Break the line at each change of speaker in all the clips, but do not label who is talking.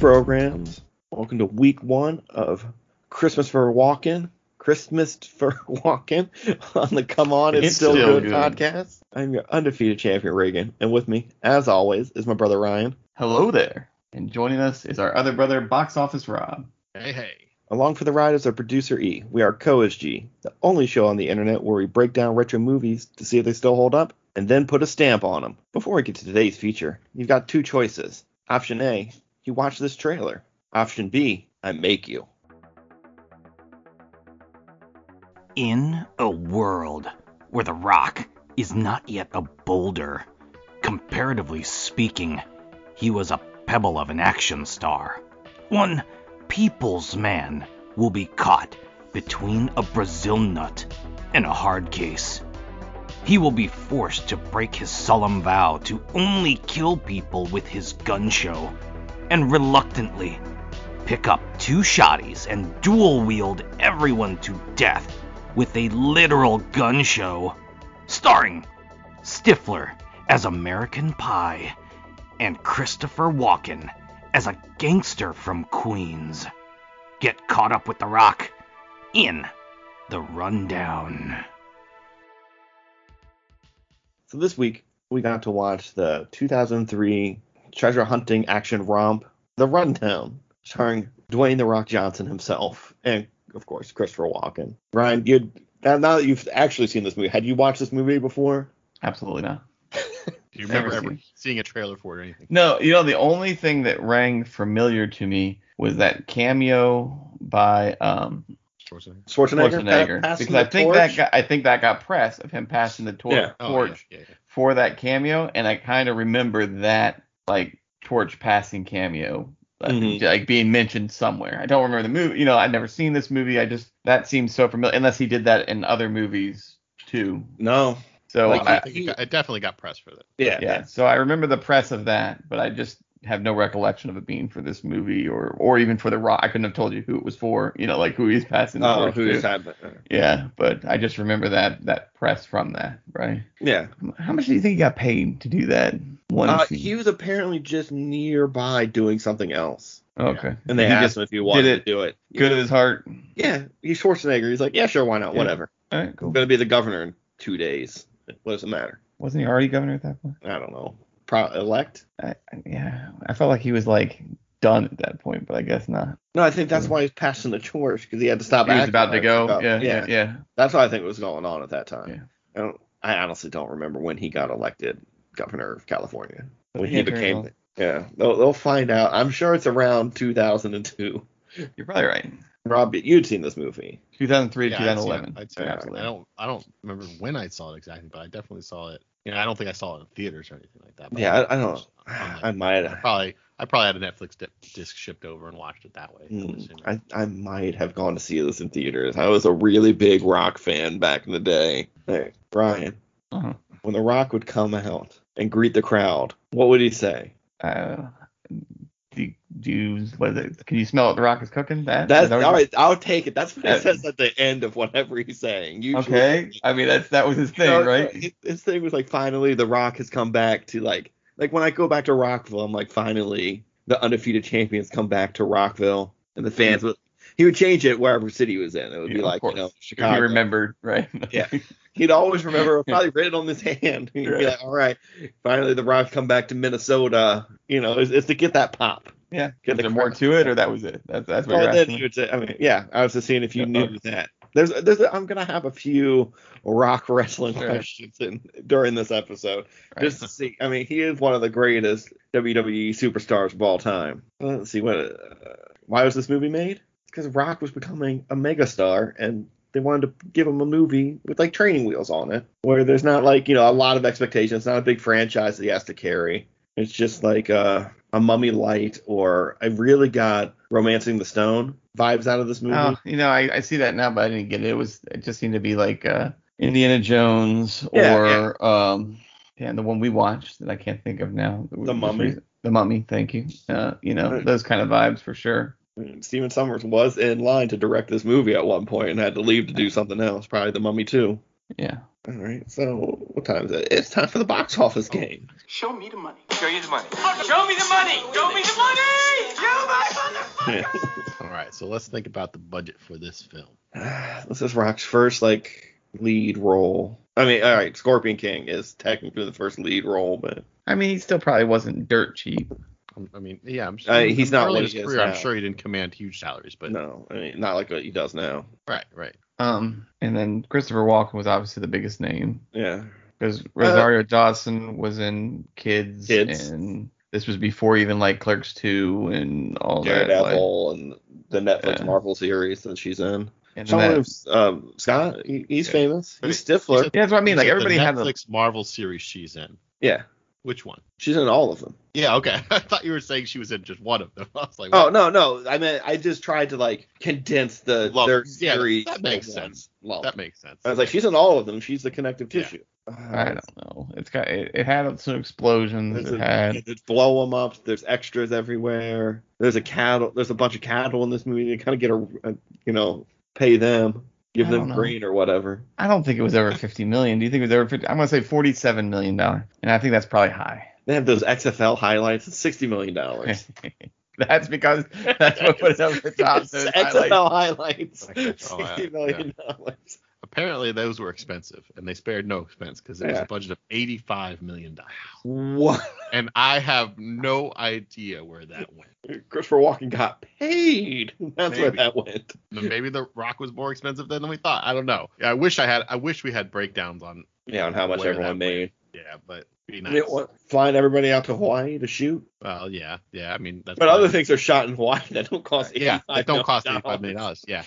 programs. Welcome to week one of Christmas for Walking. Christmas for Walking on the Come On It's, Still, good, podcast. I'm your undefeated champion, Reagan. And with me, as always, is my brother Ryan.
Hello there. And joining us is our other brother, Box Office Rob.
Hey, hey.
Along for the ride is our producer E. We are CoSG, the only show on the internet where we break down retro movies to see if they still hold up and then put a stamp on them. Before we get to today's feature, you've got two choices. Option A, you watch this trailer. Option B, I make you.
In a world where the rock is not yet a boulder, comparatively speaking, he was a pebble of an action star. One people's man will be caught between a Brazil nut and a hard case. He will be forced to break his solemn vow to only kill people with his gun show, and reluctantly pick up two shotties and dual wield everyone to death with a literal gun show, starring Stifler as American Pie and Christopher Walken as a gangster from Queens. Get caught up with The Rock in The Rundown.
So this week we got to watch the 2003 treasure hunting action romp, The Rundown, starring Dwayne the Rock Johnson himself and of course Christopher Walken. Ryan, you now now that you've actually seen this movie, had you watched this movie before?
Absolutely not.
Do you remember
Never
ever
seen.
seeing a trailer for it or anything?
No, you know, the only thing that rang familiar to me was that cameo by um
Schwarzenegger?
Schwarzenegger,
Schwarzenegger.
pa- passing
Because I
the
think
torch?
that got, I think that got press of him passing the tor-
Yeah.
Oh,
torch
yeah, yeah, yeah.
for that cameo, and I kind of remember that like torch passing cameo like,
Mhm.
like being mentioned somewhere. I don't remember the movie. You know, I'd never seen this movie. I just that seems so familiar. Unless he did that in other movies too.
no,
So
Like,
I,
I think it, got, it definitely got press for that.
yeah,
yeah. So I remember the press of that, but I just have no recollection of it being for this movie or or even for the rock. I couldn't have told you who it was for. You know, like who he's passing the
Oh,
torch
who
to.
is that?
Yeah, but I just remember that that press from that, right?
Yeah,
How much do you think he got paid to do that one
uh,
scene?
he was apparently just nearby doing something else,
Oh, okay.
and they
he
asked
just
him if he wanted
it
to do it.
good at his heart.
Yeah, he's Schwarzenegger. He's like, yeah, sure, why not,
Yeah.
whatever.
All right,
I'm
cool.
gonna be the governor in two days. What does it matter?
Wasn't he already governor at that point?
I don't know. Pro- elect?
I, I- yeah, I felt like he was like done at that point, but I guess not.
No, I think that's why he's passing the torch because he had to stop.
He was
acting
about to
like
go.
stuff.
Yeah, yeah, yeah.
That's what I think was going on at that time.
Yeah.
I, don't, I honestly don't remember when he got elected governor of California. When
Yeah,
he
very
became,
well.
yeah, they'll, they'll find out. I'm sure it's around 2002.
You're probably right.
Rob, you'd seen this movie.
2003
Yeah, I'd seen it.
2011.
I'd seen it.
Absolutely.
I don't I don't remember when I saw it exactly, but I definitely saw it. You know, I don't think I saw it in theaters or anything like that. but
Yeah, I, I don't.
Online.
I might.
probably I probably had a Netflix di- disc shipped over and watched it that way. I'm
mm,
assuming.
I, I might have gone to see this in theaters. I was a really big rock fan back in the day. Hey, Brian,
Uh-huh.
when The Rock would come out and greet the crowd, what would he say?
Uh, do, do you, what is it? Can you smell what the rock is cooking? That.
That's
Is that what-
all right. I'll take it. That's what
Yeah.
it says at the end of whatever he's saying. Usually,
Okay. I mean, that's that was his thing,
No,
right?
his- His thing was like, finally, The Rock has come back to like, like when I go back to Rockville, I'm like, finally, the undefeated champions come back to Rockville, and the fans would. He would change it wherever city he was in. It would
Hmm. Yeah,
be
of
like, you
course.
know,
If he
Chicago.
remembered, right?
Yeah. He'd always remember, probably written on his hand. He'd
Right.
be like, all right, finally, The Rock come back to Minnesota. You know, it's, it's to get that pop.
yeah.
Get
Is
the
there more
crowd.
to it, or that was it? That's that's what
Well,
you're
then
asking.
you would say, I mean, yeah, I was just seeing if you
Yeah.
knew that. There's, there's, I'm gonna have a few rock wrestling
Sure.
questions in, during this episode,
Right.
just to see. I mean, he is one of the greatest WWE superstars of all time. Let's see what. Uh, why was this movie made? Because Rock was becoming a megastar, and they wanted to give him a movie with like training wheels on it, where there's not like you know a lot of expectations. It's not a big franchise that he has to carry. It's just like uh, a Mummy Light, or I really got Romancing the Stone vibes out of this movie.
Oh, you know, I, I see that now, but I didn't get it. It was it just seemed to be like uh, Indiana Jones
Yeah,
or um, and the one we watched that I can't think of now.
The Mummy.
The Mummy. Thank you. Uh, you know,
Right.
those kind of vibes for sure.
Steven Summers was in line to direct this movie at one point and had to leave to do something else, probably The Mummy 2.
Yeah.
All right, so what time is it? It's time for the box office game.
Show me the money. Show you the money. Show me the money. Show me the money. Show me
All right, so let's think about the budget for this film.
this is Rock's first like lead role. I mean, all right, Scorpion King is technically the first lead role, but
I mean, he still probably wasn't dirt cheap.
I'm- I mean, yeah, I'm
Uh, he's not
early
what
in
he
his
is
career.
now.
I'm sure he didn't command huge salaries, but
no, I mean, not like what he does now.
right, right.
Um, and then Christopher Walken was obviously the biggest name
Yeah,
because Rosario Dawson was in Kids,
Kids.
and this was before even like Clerks Two and all that. like-
Daredevil and the Netflix
Yeah.
Marvel series that she's in.
and then
Someone
that-
who's, um, Scott, he- he's
Yeah.
famous.
But
He's
he's
Stifler.
yeah, that's what I mean. Like
So
everybody
the
had a,
Netflix Marvel series she's in.
Yeah,
Which one?
she's in all of them.
Yeah, okay. I thought you were saying she was in just one of them. I was like,
Oh no, no. I mean, I just tried to like condense the
Lump.
their
Yeah,
series.
that makes
into one
sense.
lump.
that makes sense.
I was like, she's in all of them. She's the connective
Yeah.
tissue. Uh,
I don't know. It's got it, it had some explosions.
There's
It
a,
had
there's blow 'em ups. There's extras everywhere. There's a cattle. There's a bunch of cattle in this movie. They kind of get a, a- you know, pay them, give
I
them
don't know.
green or whatever.
I don't think it was ever 50 million. Do you think it was ever 50? I'm gonna say 47 million dollar, and I think that's probably high.
They have those XFL highlights. It's sixty million dollars.
that's because that's what put it over the top.
It's
so it's highlighted.
XFL highlights. oh,
XFL, yeah,
Sixty million dollars.
apparently those were expensive, and they spared no expense because it was
Yeah.
a budget of eighty-five million dollars,
What?
and I have no idea where that went.
Christopher Walken got paid. That's where
Maybe.
that went.
Maybe The Rock was more expensive than we thought. I don't know. I wish I had. I wish we had breakdowns on.
Yeah, and how much
Where that
everyone
went.
made.
Yeah, but be
They
nice.
didn't want- flying everybody out to Hawaii to shoot.
Well, yeah, yeah. I mean, that's
But other
probably-
things are shot in Hawaii that don't cost
Yeah,
$85
that don't cost
million.
eighty-five million dollars. Yeah,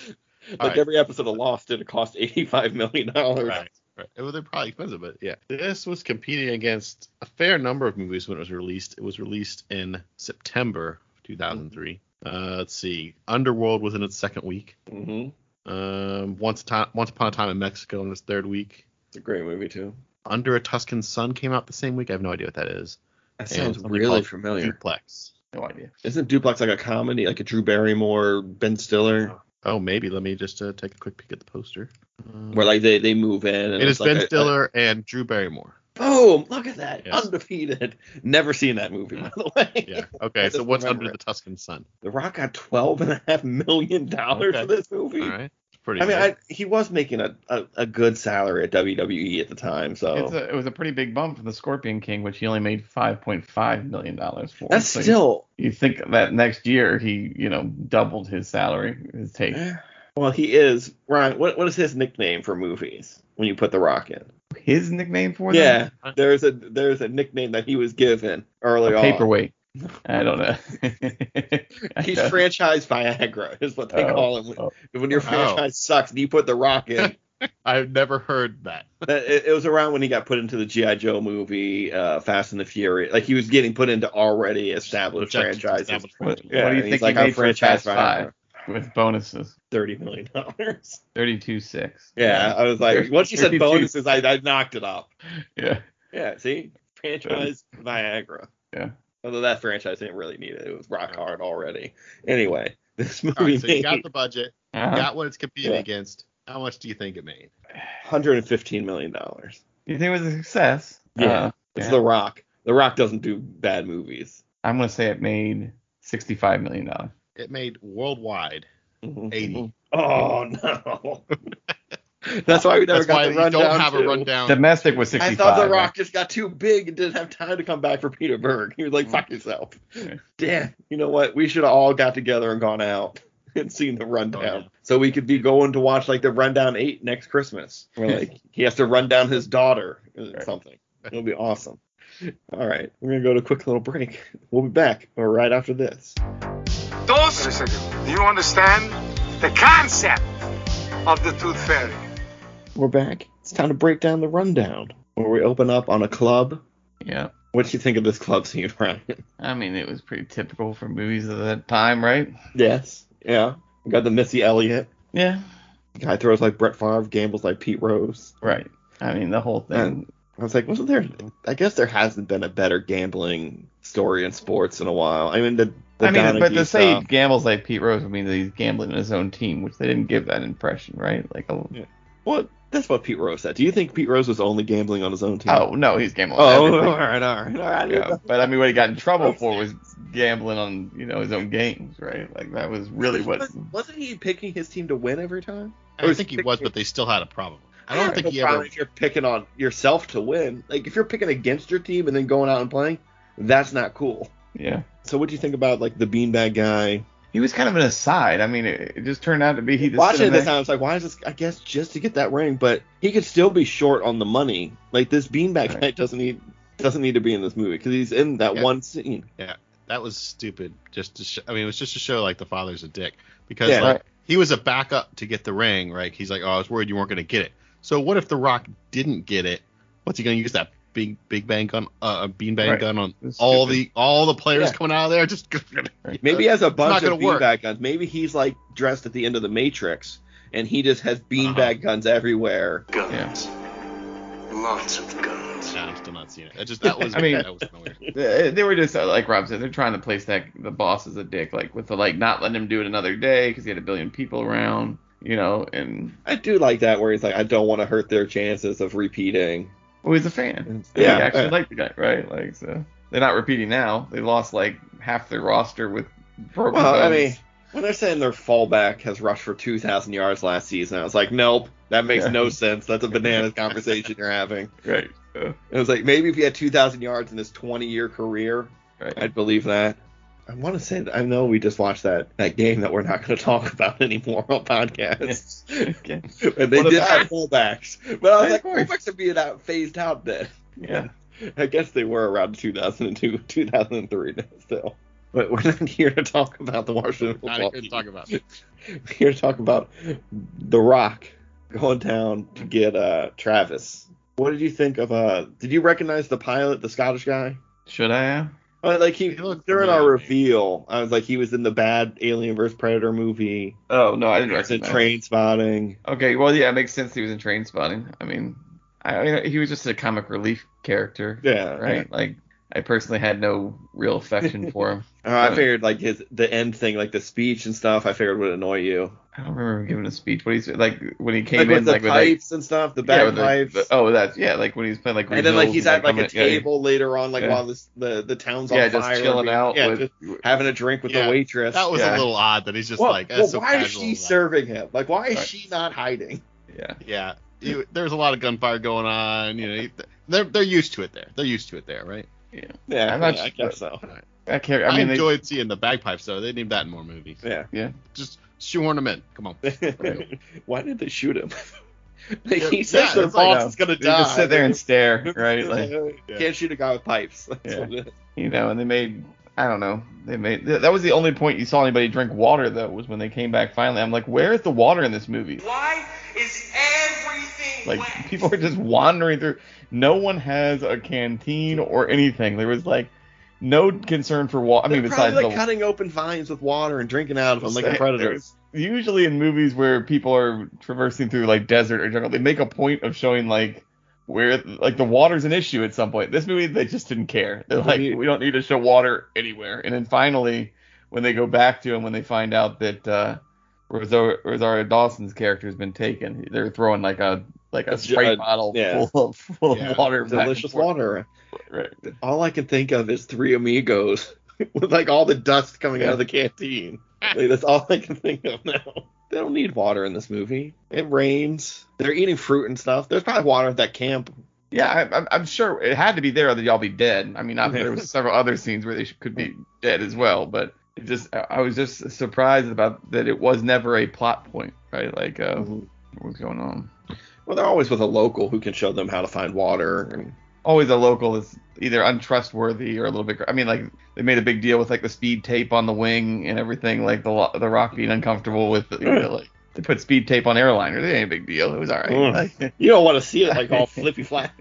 Like
Alright.
every episode of Lost did cost eighty-five million dollars.
Right. Right. Well, they're probably expensive, but yeah. This was competing against a fair number of movies when it was released. It was released in September of 2003. Uh, let's see. Underworld was in its second week.
Mm-hmm.
Um, Once, Ti- Once Upon a Time in Mexico in its third week.
It's a great movie too.
Under a Tuscan Sun came out the same week. I have no idea what that is.
That
Yeah,
sounds
something
really
called
familiar.
Duplex.
No idea.
Isn't Duplex like a comedy, like a Drew Barrymore, Ben Stiller,
Oh, maybe. Let me just uh, take a quick peek at the poster.
where like they, they move in? And
Uh, it is
it's like
Ben
a-
Stiller and Drew Barrymore.
A, boom! Look at that,
Yes.
undefeated. Never seen that movie, by the way.
Yeah.
I
Okay. so
just
what's
remember
Under
it.
the Tuscan Sun?
The Rock got twelve and a half million dollars for
Okay.
this movie.
All right. It's pretty.
I mean,
good.
I, he was making a, a, a good salary at WWE at the time,
It's
so
a, it was a pretty big bump for the Scorpion King, which he only made 5.5 million dollars for.
that's
So you-
still
You think that next year he, you know, doubled his salary, his take.
eh. Well, he is Ryan. What what is his nickname for movies when you put The Rock in?
His nickname for them?
yeah, there's a there's a nickname that he was given early
A
on.
paperweight. I don't know.
He's franchise Viagra is what they
Oh,
call him.
oh.
When your
Oh.
franchise sucks and you put The Rock in,
I've never heard that.
that, Uh, it, it was around when he got put into the GI Joe movie, uh, Fast and the Furious. Like he was getting put into already established
Just
franchises.
established
what,
franchise.
Yeah,
what do
and
you think
he's
he
like, I'm
made for
franchise
Fast
Viagra.
Five with bonuses?
Thirty million dollars.
32 6.
Yeah, I was like,
Thirty-
once you said
32.
bonuses, I, I knocked it up.
Yeah.
Yeah, see? Franchise Viagra.
Yeah.
Although that franchise didn't really need it. It was rock hard already. Anyway, this movie
All right, so you
made
got the budget, you
Uh-huh.
got what it's competing
Yeah.
against. How much do you think it made?
$115 million. It's
You think it was a success?
Yeah.
Uh, yeah.
The Rock. The Rock doesn't do bad movies.
I'm gonna say it made sixty-five million dollars.
It made worldwide.
Mhm.
80.
Oh, no. That's why we never
That's
got
why
the
you
rundown.
don't have a
too.
rundown.
Domestic was
I
sixty-five.
thought The Rock just got too big and didn't have time to come back for Peter Berg. He was like,
Mm-hmm.
fuck yourself.
Yeah.
Damn. You know what? We should have all got together and gone out and seen the rundown.
Oh, yeah.
So we could be going to watch like the rundown eight next Christmas. Where like he has to run down his daughter or
Right.
something. It'll be awesome. All right. We're gonna go to a quick little break. We'll be back or right after this.
Wait a second. Do you understand the concept of the Tooth Fairy?
We're back. It's time to break down the rundown. Where we open up on a club.
Yeah.
What do you think of this club scene, Ryan?
I mean, it was pretty typical for movies of that time, right?
Yes. Yeah. We got the Missy Elliott.
Yeah.
Guy throws like Brett Favre, gambles like Pete Rose.
Right. I mean, the whole thing.
I was like, wasn't there? I guess there hasn't been a better gambling story in sports in a while. I mean, the, the
I mean, but
Donaghy
to say
stuff-
he gambles like Pete Rose would mean that he's gambling in his own team, which they didn't give that impression, right? Like, a,
Yeah. what? That's what Pete Rose said. Do you think Pete Rose was only gambling on his own team?
Oh no, he's gambling. on
Oh, all
everything.
right, all right, all right.
yeah. But I mean, what he got in trouble for was gambling on you know his own games, right? Like that was really what.
Wasn't he picking his team to win every time?
I don't think he was, but they still had a problem. I don't think
No
he
problem
ever.
If you're picking on yourself to win, like if you're picking against your team and then going out and playing, that's not cool.
Yeah.
So what do you think about like the beanbag guy?
He was kind of an aside. I mean, it, it just turned out to be he just
Watching
sitting
it this
there-
time, I was like, why is this? I guess just to get that ring, but he could still be short on the money. Like this beanbag
Right.
guy doesn't need doesn't need to be in this movie because he's in that
Yeah.
one scene.
That was stupid. Just to sh- I mean, it was just to show like the father's a dick because
Yeah.
like
Right.
he was a backup to get the ring. Right? He's like, oh, I was worried you weren't going to get it. So what if the Rock didn't get it? What's he going to use that big big bang gun, uh, bean bang
Right.
gun on
It's
all
stupid.
the all the players
Yeah.
coming out of there? Just
Maybe he has a bunch
not
of
gonna work.
beanbag guns. Maybe he's like dressed at the end of the Matrix, and he just has beanbag
Uh-huh.
guns everywhere.
Guns. Lots of guns.
Nah, I'm still not seeing it. That just that was.
I mean-
that was kinda weird.
they they were just uh, like Rob said, they're trying to place that the boss as a dick, like with the like not letting him do it another day because he had a billion people around, you know, and
I do like that where he's like, I don't want to hurt their chances of repeating.
well, he's a fan.
Yeah,
Yeah, he actually
yeah.
liked the guy, right? Like so, they're not repeating now. They lost like half their roster with broken
Well, I
bones.
mean, when they're saying their fallback has rushed for 2,000 yards last season, I was like, nope, that makes
Yeah.
no sense. That's a bananas conversation you're having.
right? so,
It was like, maybe if he had 2,000 yards in his 20 year career,
right.
I'd believe that. I want to say that I know we just watched that, that game that we're not going to talk about anymore on podcasts.
okay.
and they
What
did
about-
have fullbacks. But I was
Of
like,
course.
fullbacks are being out, phased out then.
Yeah.
I guess they were around 2002, 2003 now still. But we're not here to talk about the Washington
Not
football
even
team.
talk about.
We're here to talk about The Rock going down to get uh, Travis. What did you think of? Uh, did you recognize the pilot, the Scottish guy?
Should I? have?
Uh, Like he,
He looked
during our
familiar.
reveal, I was like he was in the bad Alien vs Predator movie.
Oh no, I didn't
He was in
recognize.
Train Spotting.
Okay, well yeah, it makes sense. He was in Train Spotting. I mean, I, I mean, he was just a comic relief character,
Yeah,
right? Like I personally had no real affection for him.
Uh, I
Yeah.
figured like his the end thing, like the speech and stuff. I figured would annoy you.
I don't remember him giving a speech, but he's like when he came
like
in,
with the
like with
pipes and stuff, the
like, yeah, with the-
bagpipes.
the- oh, that's yeah, like when he's playing like
and then like
Rebuild,
he's at like a
coming- yeah,
table later on, like
Yeah.
while this, the the town's on
yeah,
fire,
just
and
chilling
being-
out
yeah,
with
just having a drink with
Yeah,
the waitress.
That was
Yeah.
a little odd that he's just
well,
like.
well,
that's so
why is
casual
she
about it.
serving him? Like, why is
Right.
she not hiding?
yeah,
Yeah, you, there's a lot of gunfire going on. You know, you- they're they're used to it there. They're used to it there, right?
Yeah,
I'm
yeah,
not
I
sure.
guess so.
I care.
I,
I mean,
enjoyed seeing the bagpipes though. They need that in more movies.
Yeah.
Just shoehorn them in. Come on.
why did they shoot him? like,
Yeah,
he says
yeah,
their
it's like,
boss
uh,
is gonna
they, they
die.
just sit there and stare, right? Like
Can't shoot a guy with pipes. That's
Yeah.
what it is.
you know, and they made. I don't know. They made th- that was the only point you saw anybody drink water though was when they came back finally. I'm like, where is the water in this movie?
Why is everything
Like people are just wandering through. No one has a canteen or anything. There was like no concern for water. I mean,
They're
besides
probably like
the
cutting open vines with water and drinking out of them like the
There-
predators.
usually in movies where people are traversing through like desert or jungle, they make a point of showing like where like the water's an issue at some point. This movie they just didn't care. They're like,
Yeah.
we don't need to show water anywhere. And then finally, when they go back to him, when they find out that uh, Rosario, Rosario Dawson's character has been taken, they're throwing like a like
A
a
ju-
sprite
a-
bottle
yeah.
full of full
Yeah,
of water, back and
Delicious
forth.
water.
Right.
All I can think of is Three Amigos with like all the dust coming out of the canteen. Like, that's all I can think of now. They don't need water in this movie. It rains. They're eating fruit and stuff. There's probably water at that camp.
Yeah, I, I'm, I'm sure it had to be there, other y'all be dead. I mean, I, there was several other scenes where they sh- could be dead as well, but it just I, I was just surprised about that it was never a plot point, right? Like, uh, what's going on?
Well, they're always with a local who can show them how to find water. And
Always a local is either untrustworthy or a little bit. cr- I mean, like they made a big deal with like the speed tape on the wing and everything, like the lo- the Rock being uncomfortable with, you know, like they put speed tape on airliners. It ain't a big deal. It was all right.
Mm.
Like,
you don't want to see it like all flippy flap.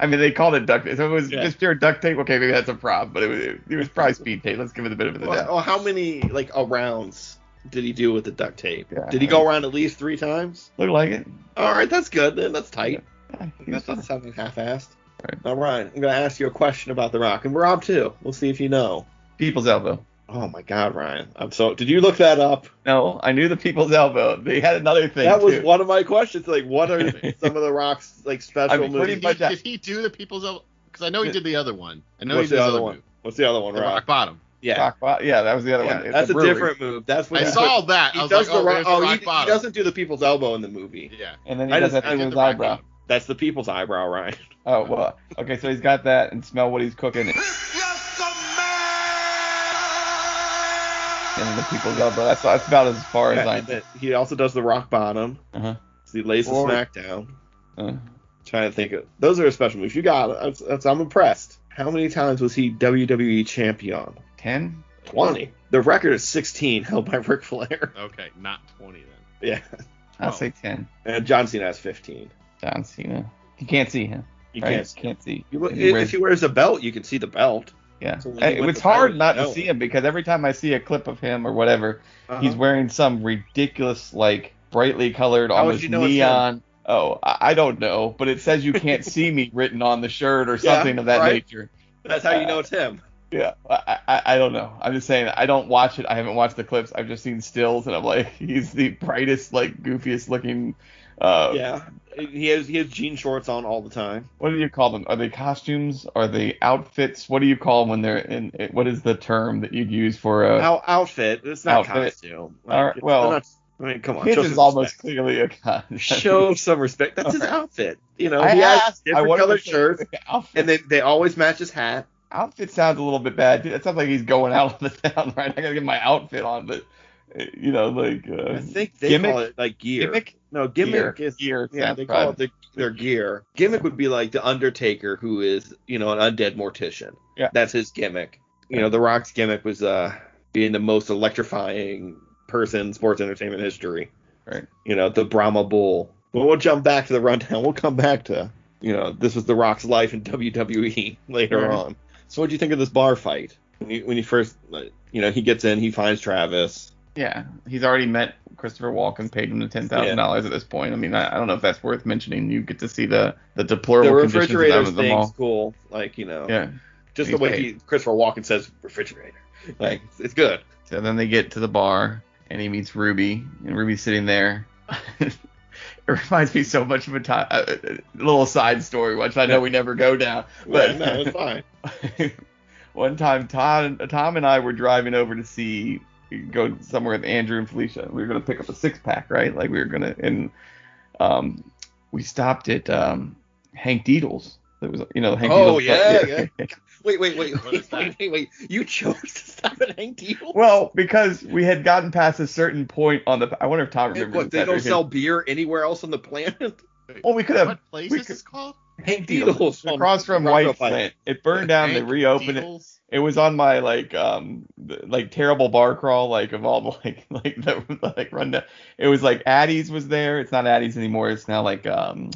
I mean, they called it duct tape. So it was
Yeah.
just pure duct tape. Okay, maybe that's a problem, but it was, it was probably speed tape. Let's give it a bit of a
Well,
doubt.
well, how many like uh, rounds did he do with the duct tape?
Yeah.
Did he go around at least three times?
Looked like it.
All right, that's good. Then that's tight.
Yeah, he was
That's not
fine.
sounding half-assed.
Right.
All right, I'm gonna ask you a question about The Rock and Rob too. We'll see if you know.
People's elbow.
Oh my God, Ryan! I'm so. Did you look that up?
No, I knew the People's Elbow. They had another thing.
that was
too.
one of my questions. Like, what are some of the Rock's like special
I mean, pretty
movies?
much-
Did he, did he do the people's elbow? Because I know he did the other one. I know
What's the
he did the
other
other
one?
one.
What's the other one?
The
Rock.
rock bottom.
Yeah,
Rock Bo- yeah, that was the other
Yeah,
one. It's
that's a
brewery.
different move. That's when
I
he
saw that.
He
I was
does
like,
the
oh,
rock.
there's the
Oh,
rock
he, he
bottom.
doesn't do the people's elbow in the movie.
Yeah.
And then he
I
does
just-
that thing
I did
with his
the rock
eyebrow.
That's the people's eyebrow, Ryan.
Oh well. Okay, so he's got that and smell what he's cooking.
Just a man.
and the people's elbow. That's, that's about as far as I
And then he also does the rock bottom.
Uh-huh.
So he lays the
Or-
smackdown.
Uh,
Trying to think of those are his special moves. You got it. That's, that's, I'm impressed. How many times was he WWE champion?
Ten?
Twenty. The record is 16, held by Ric Flair.
Okay, not 20 then.
yeah,
I'll
Twelve.
say ten.
and John Cena has 15.
John Cena. You can't see him.
You
right?
can't. see
can't see.
You, if
He wears-
he wears a belt, you can see the belt.
yeah.
so when
Hey,
he went
it's
to Pirate
hard not to
Island.
see him because every time I see a clip of him or whatever, he's
Uh-huh.
wearing some ridiculous, like brightly colored,
How would
almost
you know it's him?
neon. Oh, I I don't know, but it says you can't see me written on the shirt or
Yeah,
something of that
right.
nature.
That's how you know it's him.
Yeah, I, I I don't know. I'm just saying I don't watch it. I haven't watched the clips. I've just seen stills, and I'm like, he's the brightest, like goofiest looking. Uh,
Yeah, he has he has jean shorts on all the time.
What do you call them? Are they costumes? Are they outfits? What do you call them when they're in? What is the term that you'd use for a?
Out, outfit. It's not
Oh. Outfit.
costume.
All right,
it's-
well,
not- I mean, come on.
His
show
is
some
almost
respect.
clearly a costume.
show some respect. That's his
Okay.
outfit. You know,
I
he has
asked, I
different
wanted to
colored
say
shirts,
Outfit,
and they they always match his hat.
outfit sounds a little bit bad. It sounds like he's going out on the town, right? I gotta get my outfit on, but uh, you know, like uh,
I think they
gimmick?
call it like gear.
gimmick
No, gimmick
Gear.
is
Gear
Yeah,
sounds
they call
right.
it the, their gear. Gimmick would be like the Undertaker, who is you know an undead mortician.
Yeah.
that's his gimmick. You know, The Rock's gimmick was uh being the most electrifying person in sports entertainment history.
Right.
You know, the Brahma Bull. But we'll jump back to the rundown. We'll come back to you know this was The Rock's life in WWE later
Right.
on. So what do you think of this bar fight? When you, when you first, like, you know, he gets in, he finds Travis.
Yeah, he's already met Christopher Walken, paid him the ten thousand dollars at this point. I mean, I, I don't know if that's worth mentioning. You get to see the the deplorable
The
conditions that
refrigerator
was in the
thing's
mall.
cool. Like, you know,
Yeah.
just the
He's
way
paid.
he Christopher Walken says refrigerator. Like it's, it's good.
So then they get to the bar, and he meets Ruby, and Ruby's sitting there. it reminds me so much of a, time, a, a little side story, which I know we never go down.
But
But
no, it's fine.
one time Todd, Tom and I were driving over to see go somewhere with Andrew and Felicia. We were gonna pick up a six pack, right? Like we were gonna and um we stopped at um Hank Deedles. There was you know Hank
Oh,
Deedles.
yeah, Wait, wait, wait,
What is
wait, wait, wait, wait. You chose to stop at Hank Deal.
well, because we had gotten past a certain point on the I wonder if Tom remembers
What,
if
they
that
don't
or his-
sell beer anywhere else on the planet?
Well, we could have
What place
we
is
could-
this called?
Hank
Deedles across from White Flint. It burned down. They
Hank
reopened it.
Deal's?
It was on my like um th- like terrible bar crawl like of all like like the like rundown. It was like Addie's was there. It's not Addie's anymore. It's now like um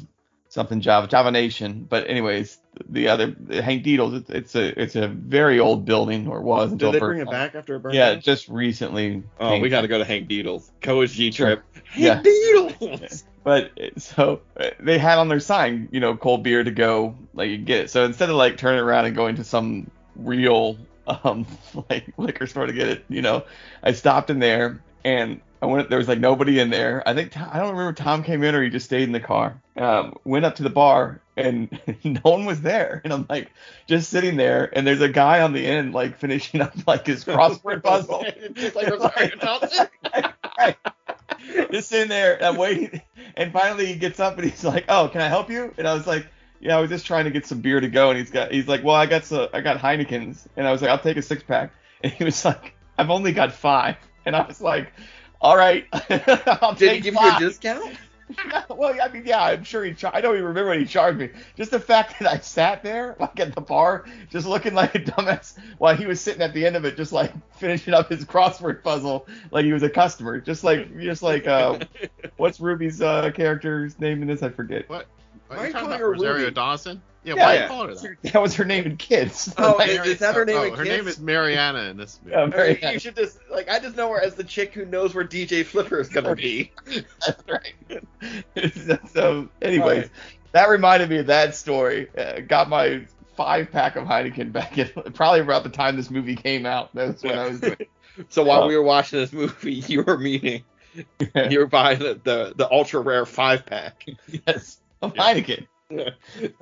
something Java Java Nation. But anyways, the other Hank Deedles. It's, it's a it's a very old building or was until
Did they
it
bring it
burned
back after a burn?
down. Yeah, just recently.
Oh,
came
we got to go to Hank Deedles. Koji trip.
Yeah.
Hank Deedles.
But uh, so uh, they had on their sign, you know, cold beer to go, like you get it. So instead of like turning around and going to some real um like liquor store to get it, you know, I stopped in there and I went. There was like nobody in there. I think Tom, I don't remember if Tom came in or he just stayed in the car. Um, went up to the bar and no one was there, and I'm like just sitting there, and there's a guy on the end like finishing up like his crossword puzzle.
Just like Rosario Dawson.
just sitting there and I'm waiting. And finally he gets up and he's like, "Oh, can I help you?" And I was like, "Yeah, I was just trying to get some beer to go." And he's got he's like, "Well, I got some, I got Heinekens." And I was like, "I'll take a six pack." And he was like, "I've only got five. And I was like, "All right, I'll
Did he
take
give you a
five.
discount?
well, I mean, yeah, I'm sure he. Char- I don't even remember what he charged me. Just the fact that I sat there, like at the bar, just looking like a dumbass, while he was sitting at the end of it, just like finishing up his crossword puzzle, like he was a customer. Just like, just like, uh, what's Ruby's uh, character's name in this? I forget.
Why
Why
are
you calling
you talking about
her
Rosario
Ruby?
Dawson? Yeah,
Yeah,
why are
yeah.
you calling her that?
That was her name in Kids.
Oh,
Like,
is- is that her name
Oh,
in
her
Kids?
name is Mariana in this movie.
yeah, very-
you should just like I just know her as the chick who knows where DJ Flipper is gonna be.
That's right. so, anyways, that reminded me of that story. Uh, got my five pack of Heineken back at probably about the time this movie came out. That's when I was doing.
So while
Oh.
we were watching this movie, you were meeting, you were buying the, the, the ultra rare five pack.
yes, of
Yeah.
Heineken.
Yeah.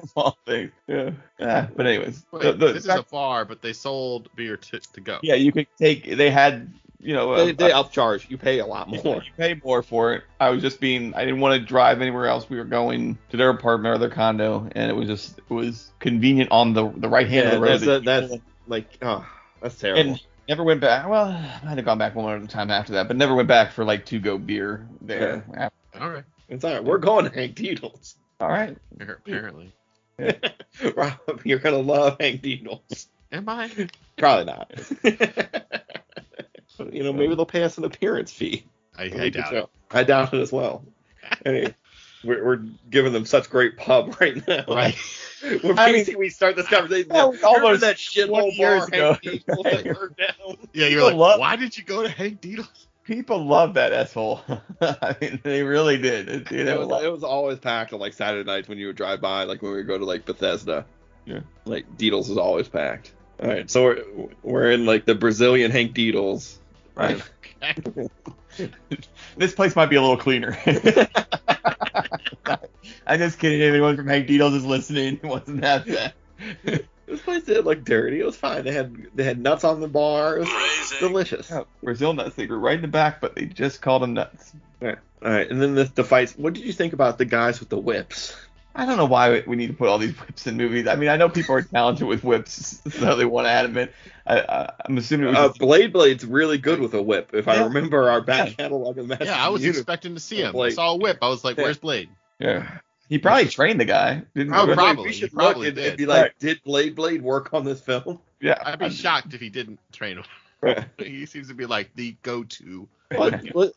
Of all things. Yeah. Ah, but anyways,
Wait,
the- the-
this is a bar, but they sold beer to, to go.
yeah, you could take. They had you know a-
They, they upcharge. You pay a lot more.
You pay more for it. I was just being. I didn't want to drive anywhere else. We were going to their apartment or their condo, and it was just it was convenient on the the right hand
Yeah,
of the road.
that's,
that you
that's
pull
like, oh, that's
in.
terrible.
and never went back. Well, I might have gone back one other time after that, but never went back for like two go beer there.
All right.
it's all right. We're going to Hank Deedles.
All right.
Apparently.
Rob, you're going to love Hank Deedles.
Am I?
Probably not. you know, maybe they'll pay us an appearance fee.
I, I doubt it.
I doubt it as well. Anyway, we're, we're giving them such great pub right now.
Right.
We're
I mean-
basically we start this conversation.
Well,
Remember
almost
that shithole
20 years
bar Hank
ago.
Deedles that burned down?
Yeah, you're
People
like,
love-
why did you go to Hank Deedles?
People love that asshole. I mean, they really did. It, you
It
know,
was, it was always packed on like Saturday nights when you would drive by, like when we would go to like Bethesda.
Yeah.
Like Deedles was always packed. All right, so we're, we're in like the Brazilian Hank Deedles.
right. this place might be a little cleaner. I'm just kidding. Anyone from Hank Deedles is listening. It wasn't that bad.
This place didn't look dirty. It was fine. They had they had nuts on the bar. It was delicious.
Yeah, Brazil nuts. They were right in the back, but they just called them nuts.
All right, and then the, the fights. What did you think about the guys with the whips?
I don't know why we- we need to put all these whips in movies. I mean, I know people are talented with whips, so they want to add them in. I, I, I'm assuming it was
Uh,
just-
Blade Blade's really good with a whip. If I
Yeah.
remember our back
Yeah.
catalog of Masters
Yeah, I was
of the Universe.
expecting to see him. I
Blade.
saw a whip. I was like,
Yeah.
where's Blade?
yeah. He probably trained the guy. Didn't
Oh,
he?
probably.
we should
he probably
look and, and be
did.
like,
Right.
did Blade Blade work on this film?
Yeah.
I'd be shocked if he didn't train him.
Right.
he seems to be like the go-to.
But, but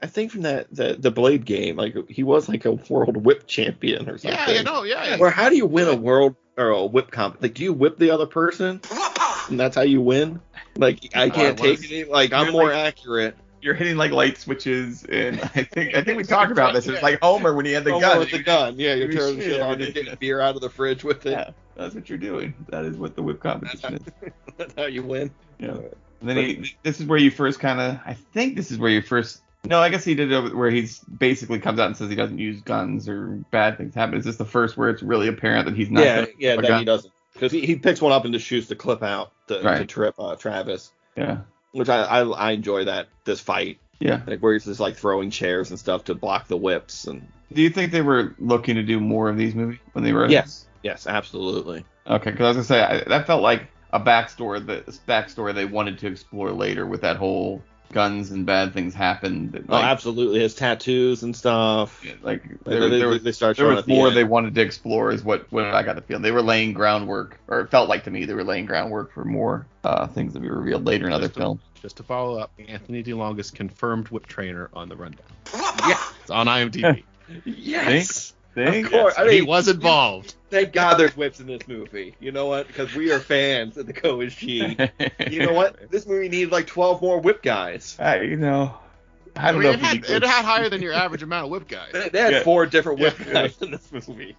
I think from that the, the Blade game, like he was like a world whip champion or something.
Yeah, you know, yeah.
Or how do you win a world or a whip comp? Like, do you whip the other person and that's how you win? Like, I
Uh,
can't
what
take
is-
it. Like, I'm
you're
more
like-
accurate.
You're hitting like light switches, and I think I think we talked about this. It's like Homer when he had the
Oh,
gun.
with the gun. Yeah, you're
You're
turning
shit
shit on. You're
everything.
getting beer out of the fridge with it.
Yeah, that's what you're doing. That is what the whip competition is.
That's how you win.
Yeah. And then he, this is where you first kind of. I think this is where you first. No, I guess he did it where he's basically comes out and says he doesn't use guns or bad things happen. Is this the first where it's really apparent that he's not?
yeah,
gonna-
yeah,
a
that he
gun.
doesn't. Because he, he picks one up and just shoots the clip out to, to
Right.
trip uh, Travis,
yeah,
which I, I I enjoy that this fight.
yeah.
Like where he's just like throwing chairs and stuff to block the whips and
Do you think they were looking to do more of these movies when they were?
yes, yes, absolutely.
Okay, because I was gonna say I, that felt like a backstory, the backstory they wanted to explore later with that whole guns and bad things happen. that,
oh,
Like,
absolutely. His tattoos and stuff.
like
Like,
there,
they,
there
they-
was
they start
there
showing
was
at the
more
end.
they wanted to explore is what what I got the feeling they were laying groundwork or it felt like to me they were laying groundwork for more uh, things that be revealed later in other
Just to-
films.
Just to follow up, Anthony DeLongis confirmed whip trainer on the rundown.
Yeah.
It's on IMDb.
Yes.
See?
Of course. I
he
mean,
was involved.
thank God there's whips in this movie. You know what? Because we are fans of the Coish G. You know what? This movie needed like 12 more whip guys.
I, you know, I
I
don't know.
mean, it,
if you
had,
could-
it had higher than your average amount of whip guys.
They, they had
Yeah.
four different whip
Yeah.
guys in this movie.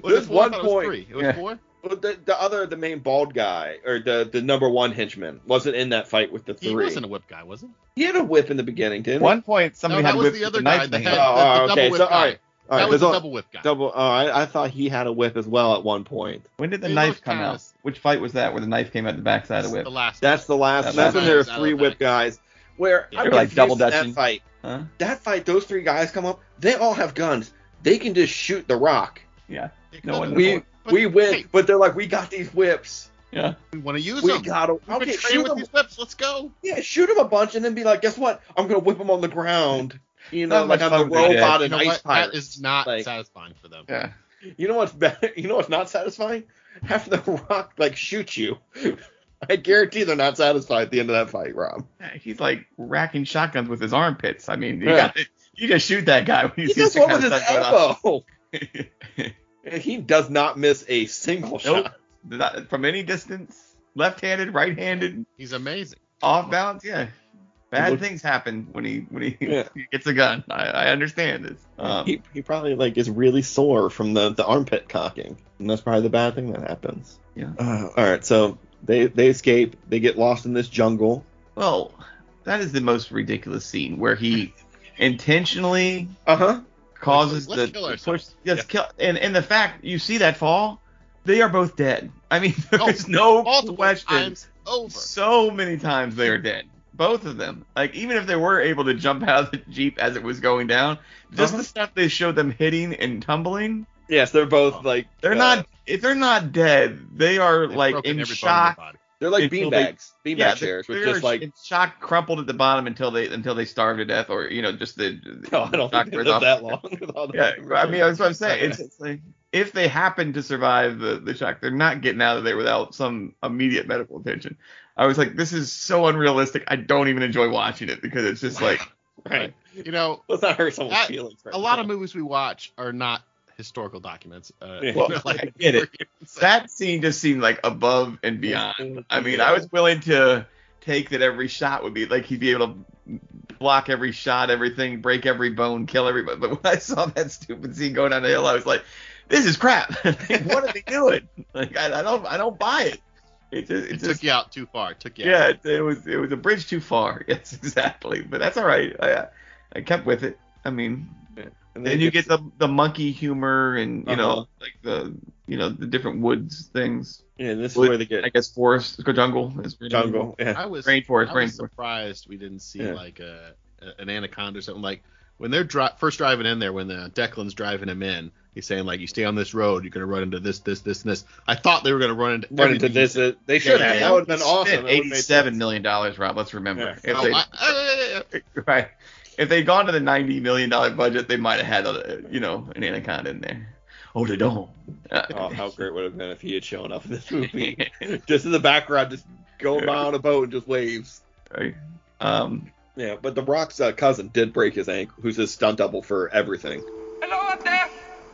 Was
There's
it four? I
one
thought it was
point.
three. It was
Yeah.
four?
But the, the other, the main bald guy, or the, the number one henchman, wasn't in that fight with the
He
three.
wasn't a whip guy, was he?
He had a whip in the beginning, didn't
At one point
No,
somebody
that
had
was
whips
the
with
other
a
guy
knife in
that
the
had
hand.
Oh,
the,
oh,
the
okay,
double whip
so,
guy.
alright, he? All right,
that was
there's
the
all-
double whip guy.
double. All right, I thought he had a whip as well at one point.
When did the
They
knife
looked
come out?
kinda-
Which fight was that where the knife came out the backside of the whip?
The last.
That's the last.
That's
that's when
right.
there were
That's
three
out of
whip
that.
guys. Where
Yeah.
I'm
They were like
confused
double
with that
dutching.
fight.
Huh?
That fight, those three guys come up. They all have guns. They can just shoot the rock.
Yeah.
They
no
could've-
one-
We
But-
we win,
hey.
but they're like, we got these whips.
Yeah.
We want to use
We
them.
got them.
We've been
Okay,
training
shoot
with
them.
these whips. Let's go.
Yeah, shoot them a bunch and then be like, guess what? I'm gonna whip them on the ground. You know,
Not
like
much
I'm the
fun with
robot
that, yeah.
You
and
know
ice
what?
pirate.
That is not
Like-
satisfying for them.
Yeah.
You know what's better? You know what's not satisfying? Having the Rock like shoot you. I guarantee they're not satisfied at the end of that fight, Rob.
Yeah, He's like racking shotguns with his armpits. I mean, you,
Yeah.
got- you just shoot that guy when you
He
see
does
that
one
kind
with
of
his
stuff going on.
elbow. And He does not miss a single
Nope.
shot.
Not- From any distance, left-handed, right-handed,
He's amazing.
off balance. Yeah, Bad
Look-
things happen when he when he,
Yeah.
he gets a gun. I, I understand this. Um,
he, he probably like is really sore from the, the armpit cocking, and that's probably the bad thing that happens.
Yeah.
Uh, all right, so they they escape. They get lost in this jungle.
well, that is the most ridiculous scene where he intentionally
Uh huh.
causes
Let's-
the
let's kill
the push.
ourselves.
Yes,
Yeah.
kill. And and the fact you see that fall, they are both dead. I mean,
Oh,
there's no
Multiple
question.
times over.
So many times they are dead. Both of them. Like even if they were able to jump out of the jeep as it was going down, just
Uh-huh.
the stuff they showed them hitting and tumbling.
Yes, they're both like
Oh. They're
uh,
not. If they're not dead, they are
They've
like
broken
in
every bone
shock.
their body.
They're like
until
beanbags, beanbag
yeah,
chairs,
they're
with just like
in shock, crumpled at the bottom until they until they starve to death, or you know, just the.
no, I don't
shock
think
wears
it
off.
live that long. With all the
Yeah, I mean that's what I'm saying. It's, it's like if they happen to survive the, the shock, they're not getting out of there without some immediate medical attention. I was like, this is so unrealistic. I don't even enjoy watching it because it's just like
right.
You know,
Let's not hurt someone's
That-
feelings. Right
a lot
now.
of movies we watch are not historical documents. Uh,
Yeah.
Well, I get it.
it's like-
that scene just seemed like above and beyond. I mean, I was willing to take that every shot would be like he'd be able to block every shot, everything, break every bone, kill everybody. But when I saw that stupid scene going down the hill, I was like, this is crap. like, what are they doing? Like, I, I don't, I don't buy it. It just, it
it
just
took you out too far. It took you.
yeah,
out.
it, it was, it was a bridge too far. Yes, exactly. But that's all right. I, I kept with it. I mean,
And
and you get the the monkey humor and you
Uh-huh.
know like the you know the different woods things.
yeah, this is
Wood-
where they get
I guess forest jungle is
jungle. Yeah.
I was
Rainforest,
I was
rainforest.
surprised we didn't see
Yeah.
like a, a- an anaconda or something like when they're dri- first driving in there. When the Declan's driving him in, he's saying like, "You stay on this road, you're gonna run into this, this, this, and this." I thought they were gonna run into
Run into
everything.
this. uh, They should have.
yeah.
That would have been
They
awesome.
spent
That would've made
Eighty-seven million dollars, Rob. Let's remember.
Yeah.
If
Oh,
they,
I- I- I-
right, if they'd gone to the ninety million dollar budget, they might have had a you know an anaconda in there. Oh, they don't. Uh,
Oh, how great it would have been if he had shown up in this movie, just in the background, just going by on a boat and just waves.
right. Um.
Yeah, but The Rock's uh, cousin did break his ankle, who's his stunt double for everything.
Hello up there.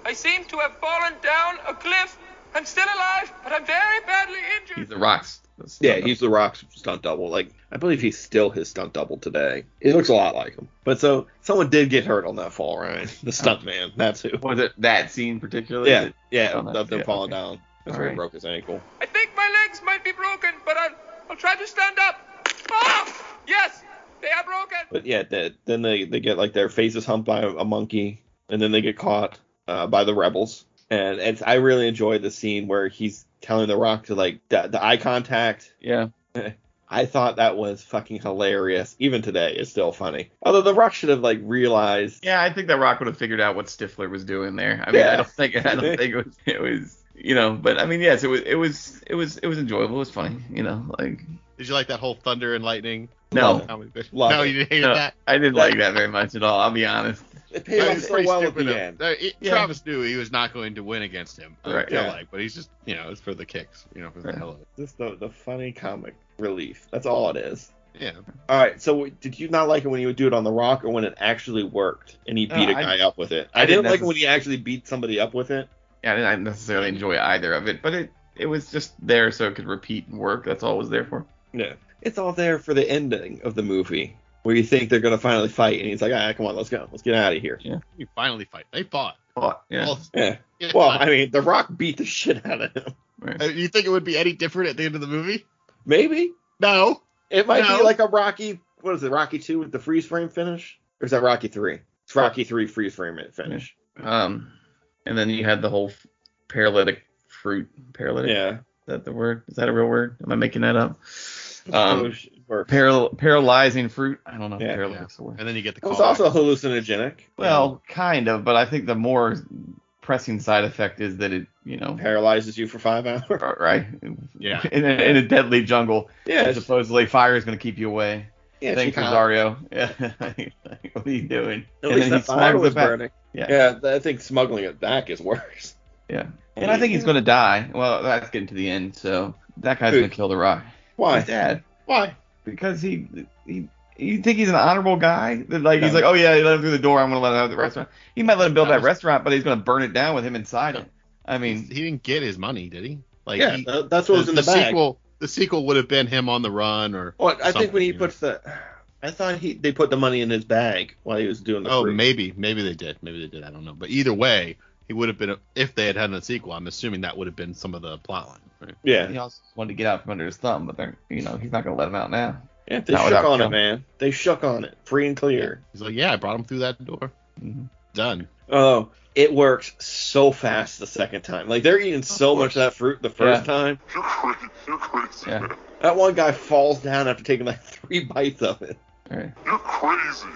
I seem to have fallen down a cliff. I'm still alive, but I'm very badly injured.
He's the rocks.
Yeah,
Uh-huh.
he's The Rock's stunt double. Like, I believe he's still his stunt double today. He looks a lot like him. But so, someone did get hurt on that fall, right?
Uh-huh.
The stunt man, that's who.
Was it that scene particularly?
Yeah, yeah,
Oh, that's-
of them
yeah,
falling
okay.
down. That's where he
Alright.
broke his ankle.
I think my legs might be broken, but I'll, I'll try to stand up. Ah! Yes, they are broken.
But yeah, the, then they, they get like their faces humped by a, a monkey, and then they get caught uh, by the rebels. And it's I really enjoy the scene where he's telling The Rock to like the, the eye contact.
Yeah.
I thought that was fucking hilarious. Even today, it's still funny. Although The Rock should have like realized.
Yeah, I think that Rock would have figured out what Stifler was doing there. I mean,
Yeah.
I don't think I don't think it was, it was you know, but I mean, yes, it was it was it was it was enjoyable. It was funny, you know, like
Did you like that whole thunder and lightning?
no,
Love
Comedy bit?
Love
no,
it.
you hated
no,
that.
I didn't like that very much at all. I'll be honest.
It paid
That
off
was
so
pretty
well at
stupid,
the
though.
end.
Uh, it-
Yeah.
Travis knew he was not going to win against him. I
Right,
feel
yeah.
like, but he's just, you know, it's for the kicks, you know, for the
Right.
hell of it.
Just the, the funny comic relief. That's all it is.
Yeah.
All right. So did you not like it when he would do it on the rock, or when it actually worked and he
No,
beat a
I-
guy up with it? I,
I
didn't,
didn't
like it when he actually beat somebody up with it.
Yeah, I didn't necessarily enjoy either of it, but it it was just there so it could repeat and work. That's all it was there for.
No. It's all there for the ending of the movie where you think they're gonna finally fight, and he's like, "Ah, come on, let's go, let's get out of here."
You finally fight. They fought.
Oh, yeah.
Well,
Yeah.
yeah,
Well,
fine.
I mean, The Rock beat the shit out of him.
right.
Uh, you think it would be any different at the end of the movie?
Maybe
No.
It might be
No.
like a Rocky. What is it? Rocky two with the freeze frame finish, or is that Rocky three? It's Rocky three freeze frame finish.
Um, and then you had the whole f- paralytic fruit. Paralytic.
Yeah.
Is that the word? Is that a real word? Am I making that up?
It
Um,
was- Oh, or-
paral- paralyzing fruit. I don't know. if
Yeah.
paralytic's the word.
And then you get the
it
call.
was also hallucinogenic.
Well, kind of, but I think the more pressing side effect is that it, you know,
paralyzes you for five hours.
right?
Yeah.
In a, in a deadly jungle,
Yeah. it's-
supposedly fire is going to keep you away.
yeah, it's
Thanks,
kind of-
Rosario. Yeah. Like, what are you doing?
At least the fire
smuggles
was
it back.
burning.
Yeah.
Yeah, th- I think smuggling it back is worse.
Yeah. And I think he's going to die. Well, that's getting to the end. So that guy's
Who?
going to kill the rock.
Why?
His dad.
Why?
because he he you think he's an honorable guy that like he's
No.
like oh yeah he let him through the door I'm gonna let him out of the restaurant he might let him build
That
that
was-
restaurant but he's gonna burn it down with him inside it I mean
he didn't get his money, did he? Like
yeah,
he,
tha- that's what was in the, bag.
sequel. The sequel would have been him on the run, or
Well, I think
something,
when he
you know.
puts the, I I thought he they put the money in his bag while he was doing the
Oh,
cruise.
maybe, maybe they did, maybe they did. I don't know. But either way, he would have been if they had had a sequel. I'm assuming that would have been some of the plotline. Right?
Yeah.
He also wanted to get out from under his thumb, but they're you know he's not gonna let him out now.
Yeah, they
Not
shook
without
on it,
Trump.
man. They shook on it, free and clear.
He's like, yeah, I brought him through that door.
Mhm.
Done.
Oh, it works so fast the second time. Like they're eating so much of that fruit the first time.
You're crazy. You're crazy.
Yeah.
That one guy falls down after taking like three bites of it.
All right.
You're crazy.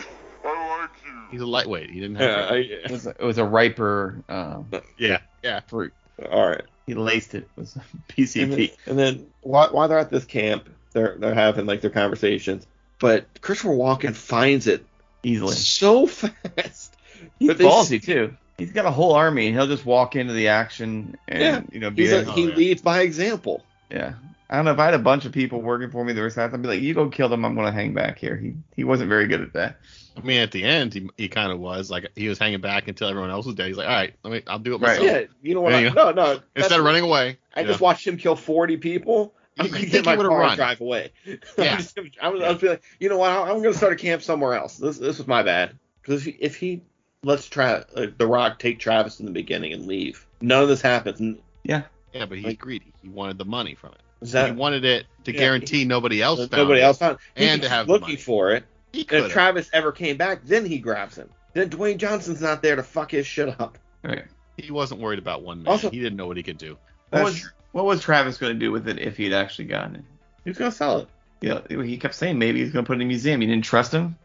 I like you.
He's a lightweight. He didn't
Yeah,
have.
It
I-
was it was a riper um,
Yeah, yeah.
fruit.
all right.
He laced it. It was
And then,
PCP.
and then while, while they're at this camp, they're they're having like their conversations. But Christopher Walken finds it
Easily.
so fast.
He's
they-
ballsy too. He's got a whole army, and he'll just walk into the action and
Yeah.
you know be
He's
there.
a, he
Oh, yeah.
leads by example.
yeah. I don't know if I had a bunch of people working for me the rest of the time, I'd be like, "You go kill them. I'm gonna hang back here." He he wasn't very good at that.
I mean, at the end, he, he kind of was like he was hanging back until everyone else was dead. He's like, all right, let me, I'll do it
Right.
myself.
Yeah, you know what?
There
I,
you
no, no. that's-
Instead of running away,
I
you
just
know.
watched him kill 40 people. I'm
You-
gonna
you
get
think
my
he
car
would've
and
run.
drive away.
Yeah.
I'm just gonna, I was, I was like, you know what? I'm I'm gonna start a camp somewhere else. This this was my bad. Because if he, if he lets Tra- uh, the Rock take Travis in the beginning and leave, none of this happens. And
Yeah.
yeah, but he's
Like-
greedy. He wanted the money from it.
is that
he wanted it to
Yeah,
guarantee nobody else. Found
nobody
it.
else found? He
and
was
to have the
looking
money.
for it.
He
And
could
if Travis ever came back, then he grabs him. Then Dwayne Johnson's not there to fuck his shit up.
Right.
He wasn't worried about one man.
Also-
he didn't know what he could do.
What
That's
was,
true.
what was Travis gonna do with it if he'd actually gotten it?
He was gonna sell it.
You know, he kept saying maybe he's gonna put it in a museum. You didn't trust him.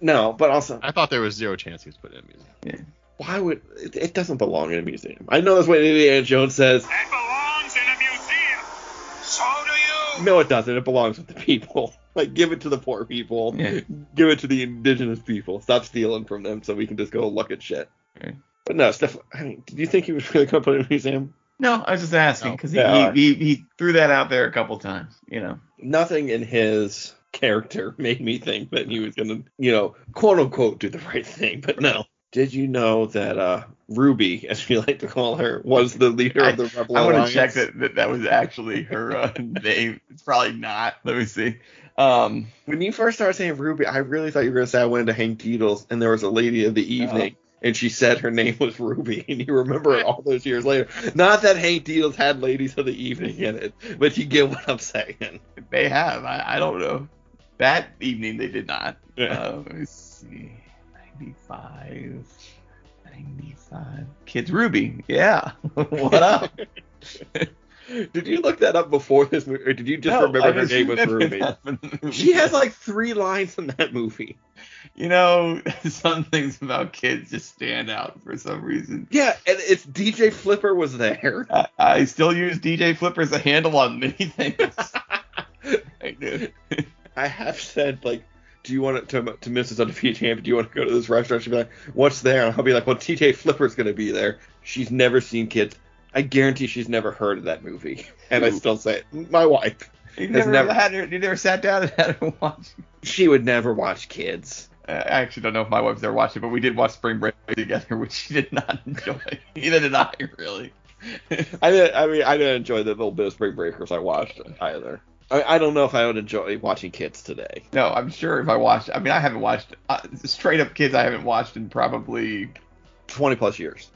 No, but also
I thought there was zero chance he was putting it in music.
why would it, it doesn't belong in a museum? I know that's what Indiana Jones says.
It belongs in a museum. So do you.
No, it doesn't. It belongs with the people. Like, give it to the poor people.
Yeah.
Give it to the indigenous people. Stop stealing from them so we can just go look at shit.
Okay.
But no, Steph, I mean, did you think he was really going to put it in a museum?
No, I was just asking
No.
because
Yeah.
he, he, he threw that out there a couple times. You know.
Nothing in his character made me think that he was going to, you know, quote unquote, do the right thing. But no. Did you know that uh, Ruby, as we like to call her, was the leader of the Rebel
I want
Alliance?
to check that, that that was actually her uh, name. It's probably not. Let me see. Um,
When you first started saying Ruby, I really thought you were gonna say I wanted to hang Beatles, and there was a lady of the evening, and she said her name was Ruby, and you remember it all those years later. Not that Hank Deals had ladies of the evening in it, but you get what I'm saying.
they have. I, I don't know. That evening they did not.
Yeah.
Uh, let me see. 95. 95. Kids Ruby. Yeah. what up?
Did you look that up before this movie, or did you just
No, I
remember her
just
name was
remembered
Ruby?
that from the movie.
She has like three lines in that movie.
You know, some things about kids just stand out for some reason.
Yeah, and it's DJ Flipper was there.
I, I still use DJ Flipper as a handle on many things. I do.
I have said like, do you want to to, to Mrs. Undefeated Champion? Do you want to go to this restaurant? She'll be like, what's there? And I'll be like, well, TJ Flipper's gonna be there. She's never seen kids. I guarantee she's never heard of that movie. And I
Who?
still say it. My wife.
You
Has
never,
never-
had her. You never sat down and had her watch.
She would never watch kids.
I actually don't know if my wife's ever watched it, but we did watch Spring Break together, which she did not enjoy. Neither did I, really.
I didn't, I mean, I didn't enjoy the little bit of Spring Breakers I watched either. I, I don't know if I would enjoy watching kids today.
no, I'm sure if I watched. I mean, I haven't watched uh, straight up kids. I haven't watched in probably
Twenty plus years.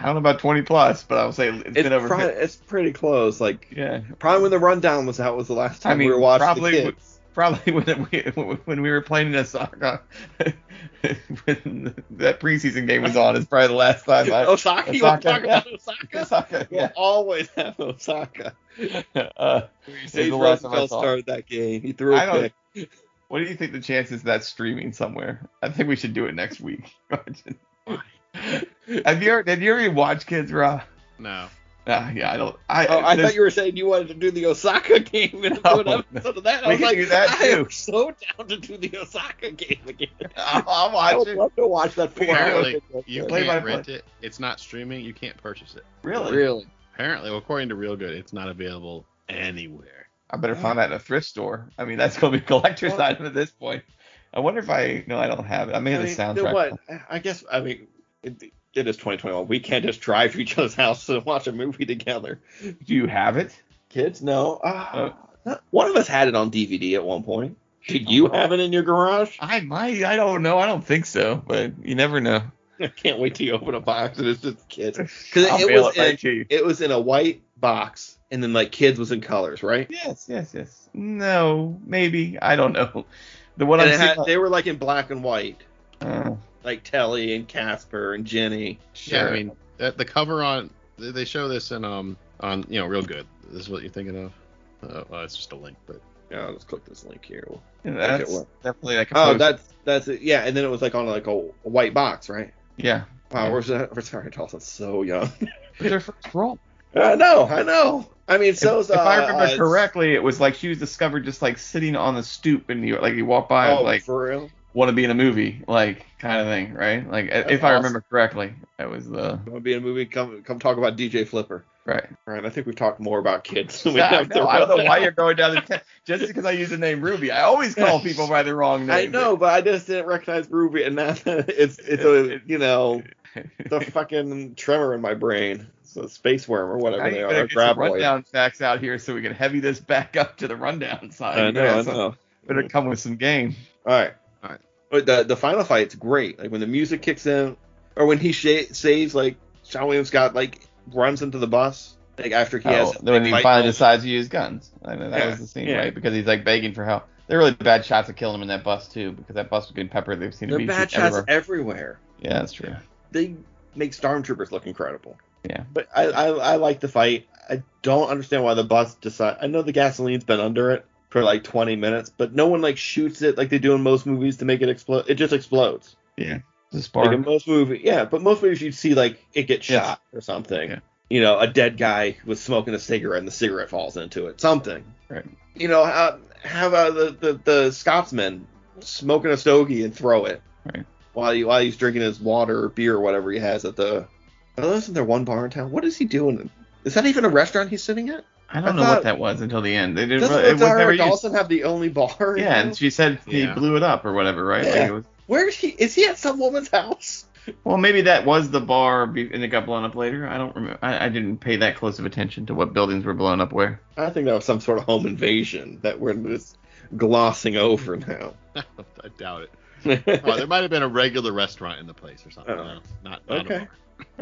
I don't know about 20 plus, but I will say it's
It's,
been over.
pri- it's pretty close. Like
yeah,
probably when the rundown was out was the last time
I mean,
we were watching
probably
the
w-
kids.
probably when we when we were playing this soccer, when that preseason game was on, is probably the last time I.
Osaka, you want to
Osaka,
talk about
Yeah,
Osaka?
soccer,
We'll
yeah.
always have Osaka.
Uh,
Sage
the last time I
Rosenfeld
saw it.
started that game. He threw
I
a
don't-
pick.
what do you think the chances of that streaming somewhere? I think we should do it next week. have you ever, have you ever watched Kids Raw?
No.
Uh, yeah, I don't. I,
Oh, I
there's-
thought you were saying you wanted to do the Osaka game and
No,
do an episode of that. I
we
was
can
like,
do that
I
too.
am so down to do the Osaka game again.
I'll, I'll
I
watch
would
it.
love to watch that four hours.
Apparently, you
Play by
can't
play.
rent it. It's not streaming. You can't purchase it.
Really?
Apparently, well, according to Real Good, it's not available anywhere.
I better find that in a thrift store. I mean, that's gonna be a collector's item at this point. I wonder if I no, I don't have it. I may
I
have
mean,
the
you know
soundtrack.
what? I- I guess, I mean, it, it is 2021. We can't just drive to each other's house and watch a movie together.
Do you have it?
Kids, no. Uh,
Oh.
not- one of us had it on DVD at one point. Did you have it in your garage?
I might. I don't know. I don't think so, but you never know.
I can't wait till you open a box and it's just kids.
I'll
Because it,
mail
was
it right
in,
to you.
it was in a white box, and then like kids was in colors, right?
Yes, yes, yes. No, maybe. I don't know. The one
and
I'm
it had,
seeing,
they were like in black and white,
uh,
like Telly and Casper and Jenny.
Yeah,
Sure.
I mean that, the cover on they they show this in um on you know real good. This is what you're thinking of. Uh, well, it's just a link, but
Yeah, let's click this link here.
Oh,
We'll-
that's
Okay, what?
definitely like a
Oh,
post.
that's that's it. Yeah, and then it was like on like a, a white box, right?
yeah.
Wow,
Yeah.
we're, so- we're sorry, Dawson's so young.
It was her first role.
I know, I know. I mean, so's
if, if I
uh,
remember
uh,
correctly, it was like she was discovered just like sitting on the stoop in New York. Like you walk by,
Oh,
and, like
for real?
want to be in a movie, like kind of thing, right? Like if
That's
I
awesome.
remember correctly, that was the
It'll be in a movie. Come, come talk about DJ Flipper.
right.
All right, I think we've talked more about kids. than we
Yeah, I,
have
know.
the
I don't know
rest.
why you're going down the t- just because I use the name Ruby. I always call people by the wrong name.
I know, but I just didn't recognize Ruby, and now it's it's a you know the fucking tremor in my brain, so space worm or whatever
I
they
better
are,
get some
graboid.
rundown facts out here so we can heavy this back up to the rundown side.
I know, I
So
know.
Better come with some game.
All right, all right.
All right.
But the the final fight's great. Like when the music kicks in, or when he sh- saves like Sean Williams got like runs into the bus like after he has
oh, when
big
he
fight.
finally decides to use guns. I know that
Yeah,
was the scene,
yeah.
right? Because he's like begging for help. They're really bad shots of killing him in that bus too, because that bus was getting peppered. They've seen
They're
him
bad
shoot
shots
everywhere.
everywhere.
Yeah, that's true.
They make stormtroopers look incredible.
Yeah.
But I, I I like the fight. I don't understand why the bus decide. I know the gasoline's been under it for like 20 minutes, but no one like shoots it like they do in most movies to make it explode. It just explodes.
It's a
Like
spark.
in most movie, yeah, but most movies you'd see like it get
Yes.
shot or something.
Yeah.
You know, a dead guy was smoking a cigarette and the cigarette falls into it. Something.
Right.
You know, how have uh, the, the the Scotsman smoking a stogie and throw it
Right.
while he, while he's drinking his water or beer or whatever he has at the. Oh, isn't there one bar in town? What is he doing? Is that even a restaurant he's sitting at?
I don't
I
know
thought-
what that was until the end. They didn't.
Doesn't
really- It was never
Rosario
used.
Dawson have the only bar? in
Yeah,
town?
and she said he
Yeah.
blew it up or whatever, right? Like
Yeah.
it was,
Where is he? Is he at some woman's house?
well, maybe that was the bar, be- and it got blown up later. I don't remember. I, I didn't pay that close of attention to what buildings were blown up where.
I think that was some sort of home invasion that we're just glossing over now.
I doubt it. Oh,
All
there might have been a regular restaurant in the place or something.
Oh.
No, not, not
Okay.
a bar.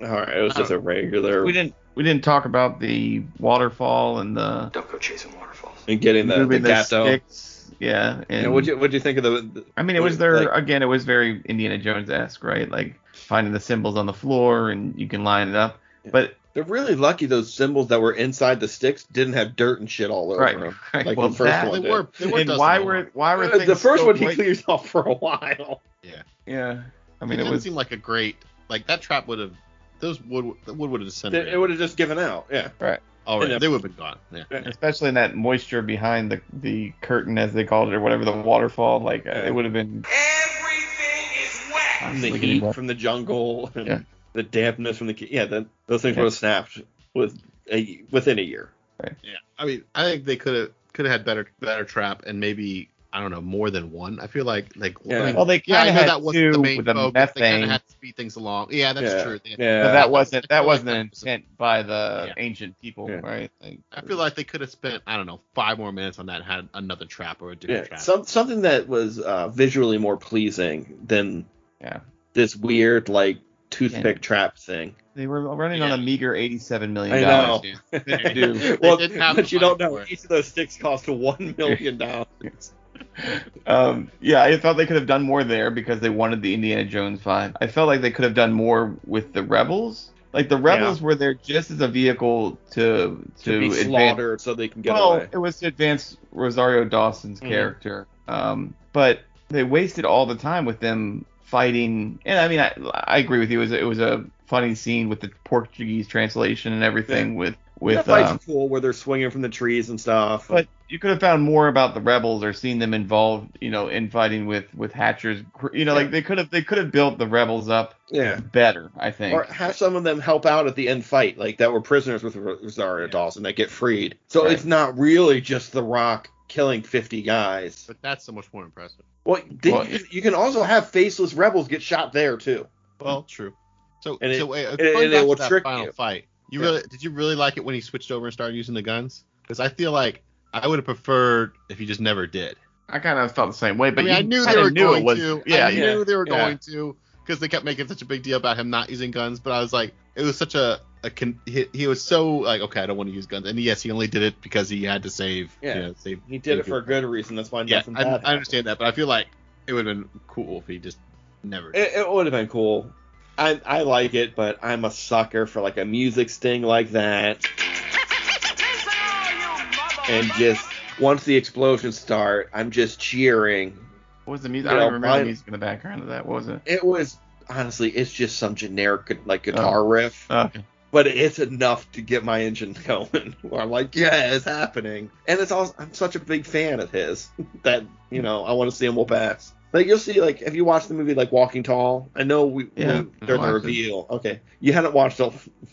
right, it was just a regular
We didn't. We didn't talk about the waterfall and the
Don't go chasing waterfalls.
and getting the, the
moving the
gato.
sticks. Yeah, and
You know, what'd you what'd you think of the, the
I mean, it
what-
was their
like-
again. It was very Indiana Jones esque, right? Like finding the symbols on the floor and you can line it up.
Yeah.
But
They're really lucky those symbols that were inside the sticks didn't have dirt and shit all over
right,
them.
right.
Like
well,
the first
that,
one.
They
did.
were. They were
and
dusting
why
them off.
were why were
Uh, the
things
first
so
one he
white-
clears off for a while.
Yeah, I mean,
it,
it,
didn't
was
seem like a great like that trap would have those wood the wood would have
It,
disintegrated.
it would have just given out. Yeah.
All
yeah.
right, they would have been gone. Yeah.
especially in that moisture behind the the curtain as they called it or whatever the waterfall. Like uh,
Yeah.
it would have been.
Everything is wet.
From the
Look at
heat
that.
from the jungle and
Yeah.
the dampness from the yeah, the, those things
Yeah.
would have snapped with a, within a year.
Yeah, I mean, I think they could have could have had better better trap and maybe I don't know more than one. I feel like like
Yeah.
I mean,
Well, they
yeah,
kind
I
of
know
had
that wasn't
two
the main
with the
focus. They kind
methane,
of had to speed things along. Yeah, that's
Yeah.
true. They-
Yeah.
but that wasn't
I
that
feel
wasn't
like
an
that was a-
intent by the
Yeah.
ancient people,
Yeah.
right? Like,
I feel like they could have spent I don't know five more minutes on that and had another trap or a different
Yeah,
trap.
some something that was uh, visually more pleasing than
Yeah.
this weird like toothpick trap thing.
They were running
Yeah.
on a meager eighty-seven
I
million
know.
dollars. They do.
well,
They didn't have
but
the
you don't
money
know
for it.
each of those sticks cost one million dollars.
Um, yeah, I felt they could have done more there because they wanted the Indiana Jones vibe. I felt like they could have done more with the rebels. Like the rebels were there just as a vehicle to to,
to be
advance.
slaughtered so they can get
well,
away.
it was to advance Rosario Dawson's
Mhm.
character. Um, but they wasted all the time with them fighting. And I mean, I, I agree with you. It was, it was a funny scene with the Portuguese translation and everything with
that
with.
fight's
um,
cool where they're swinging from the trees and stuff.
but you could have found more about the rebels or seen them involved, you know, in fighting with with Hatcher's, gr- you know,
Yeah.
like they could have they could have built the rebels up
yeah.
better, I think.
Or have some of them help out at the end fight, like that were prisoners with Ro- Rosario
Yeah.
Dawson that get freed. So
Right.
it's not really just The Rock killing 50 guys.
but that's so much more impressive.
Well, then
Well,
you, can, you can also have faceless rebels get shot there too.
Well, true. So
Mm-hmm. And it-
so wait, uh,
and-
going
and it
back
will
to that
trick
final
you.
fight. You
Yeah.
really did you really like it when he switched over and started using the guns? Because I feel like I would have preferred if he just never did.
I kind of felt the same way, but
I mean,
you
I knew they
kinda
were
knew
going
it was,
to.
Yeah,
I
yeah.
knew they were
yeah.
going to because they kept making such a big deal about him not using guns. But I was like, it was such a, a con- he, he was so like, okay, I don't want to use guns. And yes, he only did it because he had to save.
Yeah.
you know, save.
He did it for a good reason. That's why
Yeah,
nothing
I,
bad
I
happened.
understand that, but I feel like it would have been cool if he just never.
It, it would have been cool. I I like it, but I'm a sucker for like a music sting like that. And just once the explosions start, I'm just cheering.
What was the music?
You
I
know,
don't even remember
mine-
the music in the background of that. What was it?
It was honestly, it's just some generic like guitar riff,
Okay.
but it's enough to get my engine going. Where I'm like, yeah, it's happening. And it's also I'm such a big fan of his that you know I want to see him whoop ass. Like you'll see, like if you watch the movie like Walking Tall, I know we,
Yeah,
we during
I
the
watched it.
reveal. Okay, you hadn't watched a,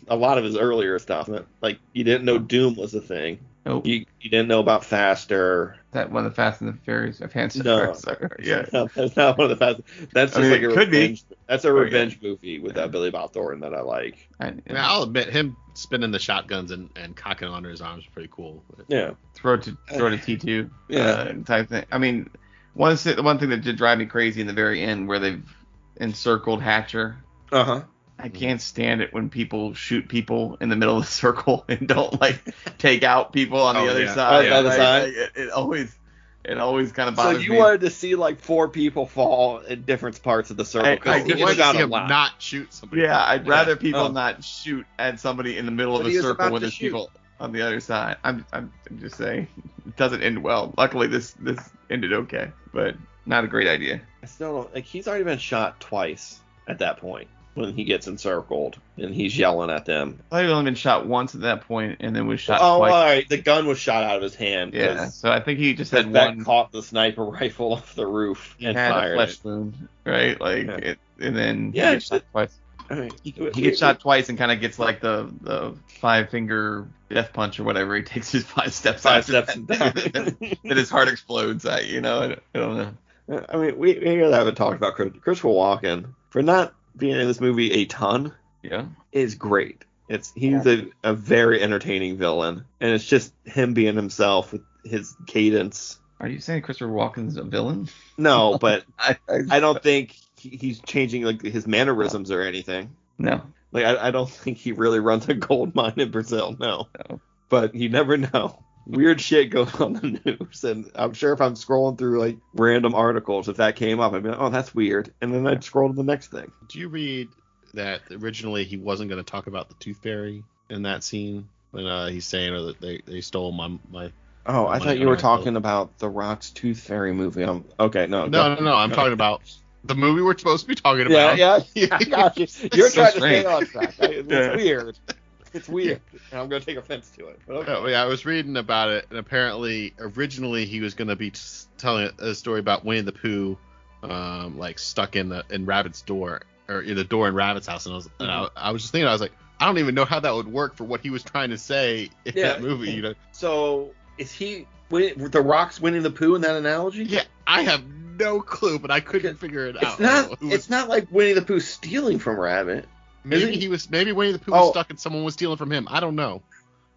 a lot of his earlier stuff. but, Like you didn't know Doom was a thing.
Nope.
You you didn't know about Faster.
that one of the Fast and the Furious of Hanson.
No.
yeah.
No, that's not one of the fast. That's just
I mean,
like
it
a
could be. Oh,
revenge. That's a
yeah.
revenge movie with uh, Billy Bob Thornton that I like.
I,
I mean, I'll admit him spinning the shotguns and, and cocking onto his arms is pretty cool.
Yeah.
throw to throw to T two
Yeah.
uh, type thing. I mean, one si- one thing that did drive me crazy in the very end where they've encircled Hatcher.
Uh huh.
I can't stand it when people shoot people in the middle of the circle and don't like take out people on
Oh,
the other
yeah.
side.
On the other
Like,
side.
like, it, it always it always kind of
So
bothers
you
me.
wanted to see like four people fall in different parts of the circle
I- I
because
did
he
want
was
to
out
see
a
him
lot.
not shoot somebody.
yeah, I'd rather people
Oh.
not shoot at somebody in the middle
But
of a
he was
circle
about
when
to
there's
shoot.
people on the other side. I'm, I'm I'm just saying it doesn't end well. Luckily this this ended okay, but not a great idea.
I still don't, like he's already been shot twice at that point when he gets encircled and he's yelling at them.
I thought he'd only been shot once at that point, and then was shot
oh,
twice.
all right. The gun was shot out of his hand.
yeah,
'cause
so I think he just had
that
one
caught the sniper rifle off the roof
he
and
had a
fired.
flesh
it.
wound, right? Like,
Yeah.
it, and then
Yeah,
he gets shot twice.
I mean,
He, he gets shot twice and kind of gets like the the five finger death punch or whatever. He takes his five steps.
five
after
steps and down.
that. then his heart explodes. I, you know, I don't, I don't know.
I mean, we, we really haven't talked about Chris- Christopher Walken for not being in this movie a ton.
Yeah,
is great. It's he's a, a very entertaining villain, and it's just him being himself with his cadence.
are you saying Christopher Walken's a villain?
No, but
I, I,
I don't think he, he's changing like his mannerisms or anything.
no.
Like I, I don't think he really runs a gold mine in Brazil. No,
No.
but you never know. Weird shit goes on the news, and I'm sure if I'm scrolling through like random articles, if that came up, I'd be like, "Oh, that's weird," and then I'd scroll to the next thing.
Do you read
that originally he wasn't going to talk about the tooth fairy in that scene when uh, he's saying oh, that they, they stole my my
Oh, I
Like
thought you were
an article.
talking about the Rock's Tooth Fairy movie. i okay, Oh, no, go-
No, no, no. I'm talking about the movie we're supposed to be talking
Yeah,
about.
yeah, yeah. I got you. You're
so
trying to
strange.
stay on track. I- It's
Yeah.
weird. It's weird, and I'm gonna take offense to it. But okay.
Oh,
yeah, I was reading about it, and apparently, originally he was going to be t- telling a story about Winnie the Pooh, um, like stuck in the in Rabbit's door or in the door in Rabbit's house, and I was and I,
Mm-hmm.
I was just thinking, I was like, I don't even know how that would work for what he was trying to say in
Yeah.
that movie, you know?
So is he? Win, the Rock's winning the poo in that analogy?
Yeah, I have no clue, but I couldn't figure it
It's
out.
not.
Who was-
It's not like Winnie the Pooh stealing from Rabbit.
maybe
isn't-
he was maybe Winnie the Pooh
Oh.
was stuck and someone was stealing from him. I don't know.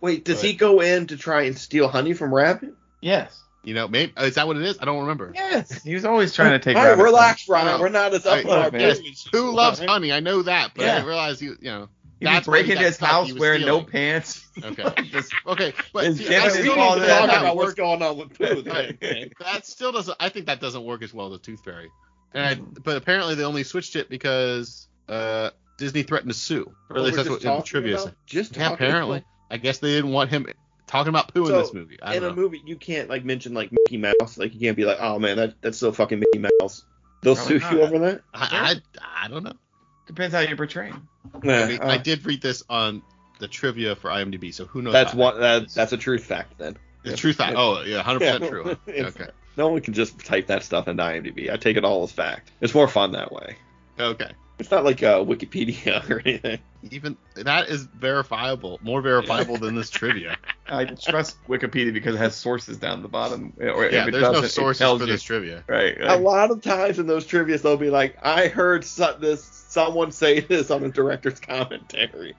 Wait, does he go in to try and steal honey from Rabbit?
Yes.
You know, maybe is that what it is? I don't remember.
Yes.
He was always trying to take.
All right,
Rabbit's
relax, Robin.
No.
We're not as up
Hey,
in our
man.
business.
Who loves honey? I know that, but I
Yeah.
didn't realize you. You know,
He was
That's where he
breaking
got
his
stuck.
house
He was
wearing no
stealing.
pants.
okay, just- okay, but
His
see,
dad
I
is
still
all
don't
that
know
happened.
how that
about
works.
what's going on with poo. then, okay?
That still doesn't. I think that doesn't work as well as a tooth fairy. And I,
Mm-hmm.
but apparently they only switched it because uh, Disney threatened to sue. Or at least
We're
that's what
just
the
talking
trivia
about-
said.
Just
Yeah,
talking
apparently. I guess they didn't want him talking about poo
So,
in this movie. I
in a
don't know.
movie you can't like mention like Mickey Mouse. Like you can't be like, oh man, that that's so fucking Mickey Mouse. They'll
Probably
sue you
not.
over that.
I, I, I don't know.
Depends how you portray him.
Yeah,
I, mean,
Uh,
I did read this on the trivia for IMDb, so who knows?
that's
how-
one. That, that's a truth fact. Then
The truth. fact. Oh yeah, hundred
Yeah.
percent true. huh?
It's-
Okay.
no one can just type that stuff into IMDb. I take it all as fact. It's more fun that way.
Okay.
It's not like uh, Wikipedia or anything.
Even that is verifiable, more verifiable than this trivia.
I trust Wikipedia because it has sources down the bottom. Or if
yeah,
it
there's no
doesn't, it
sources
tells
for
you.
this trivia.
Right.
A
like-
lot of times in those trivia's, they'll be like, I heard so- this someone say this on a director's commentary.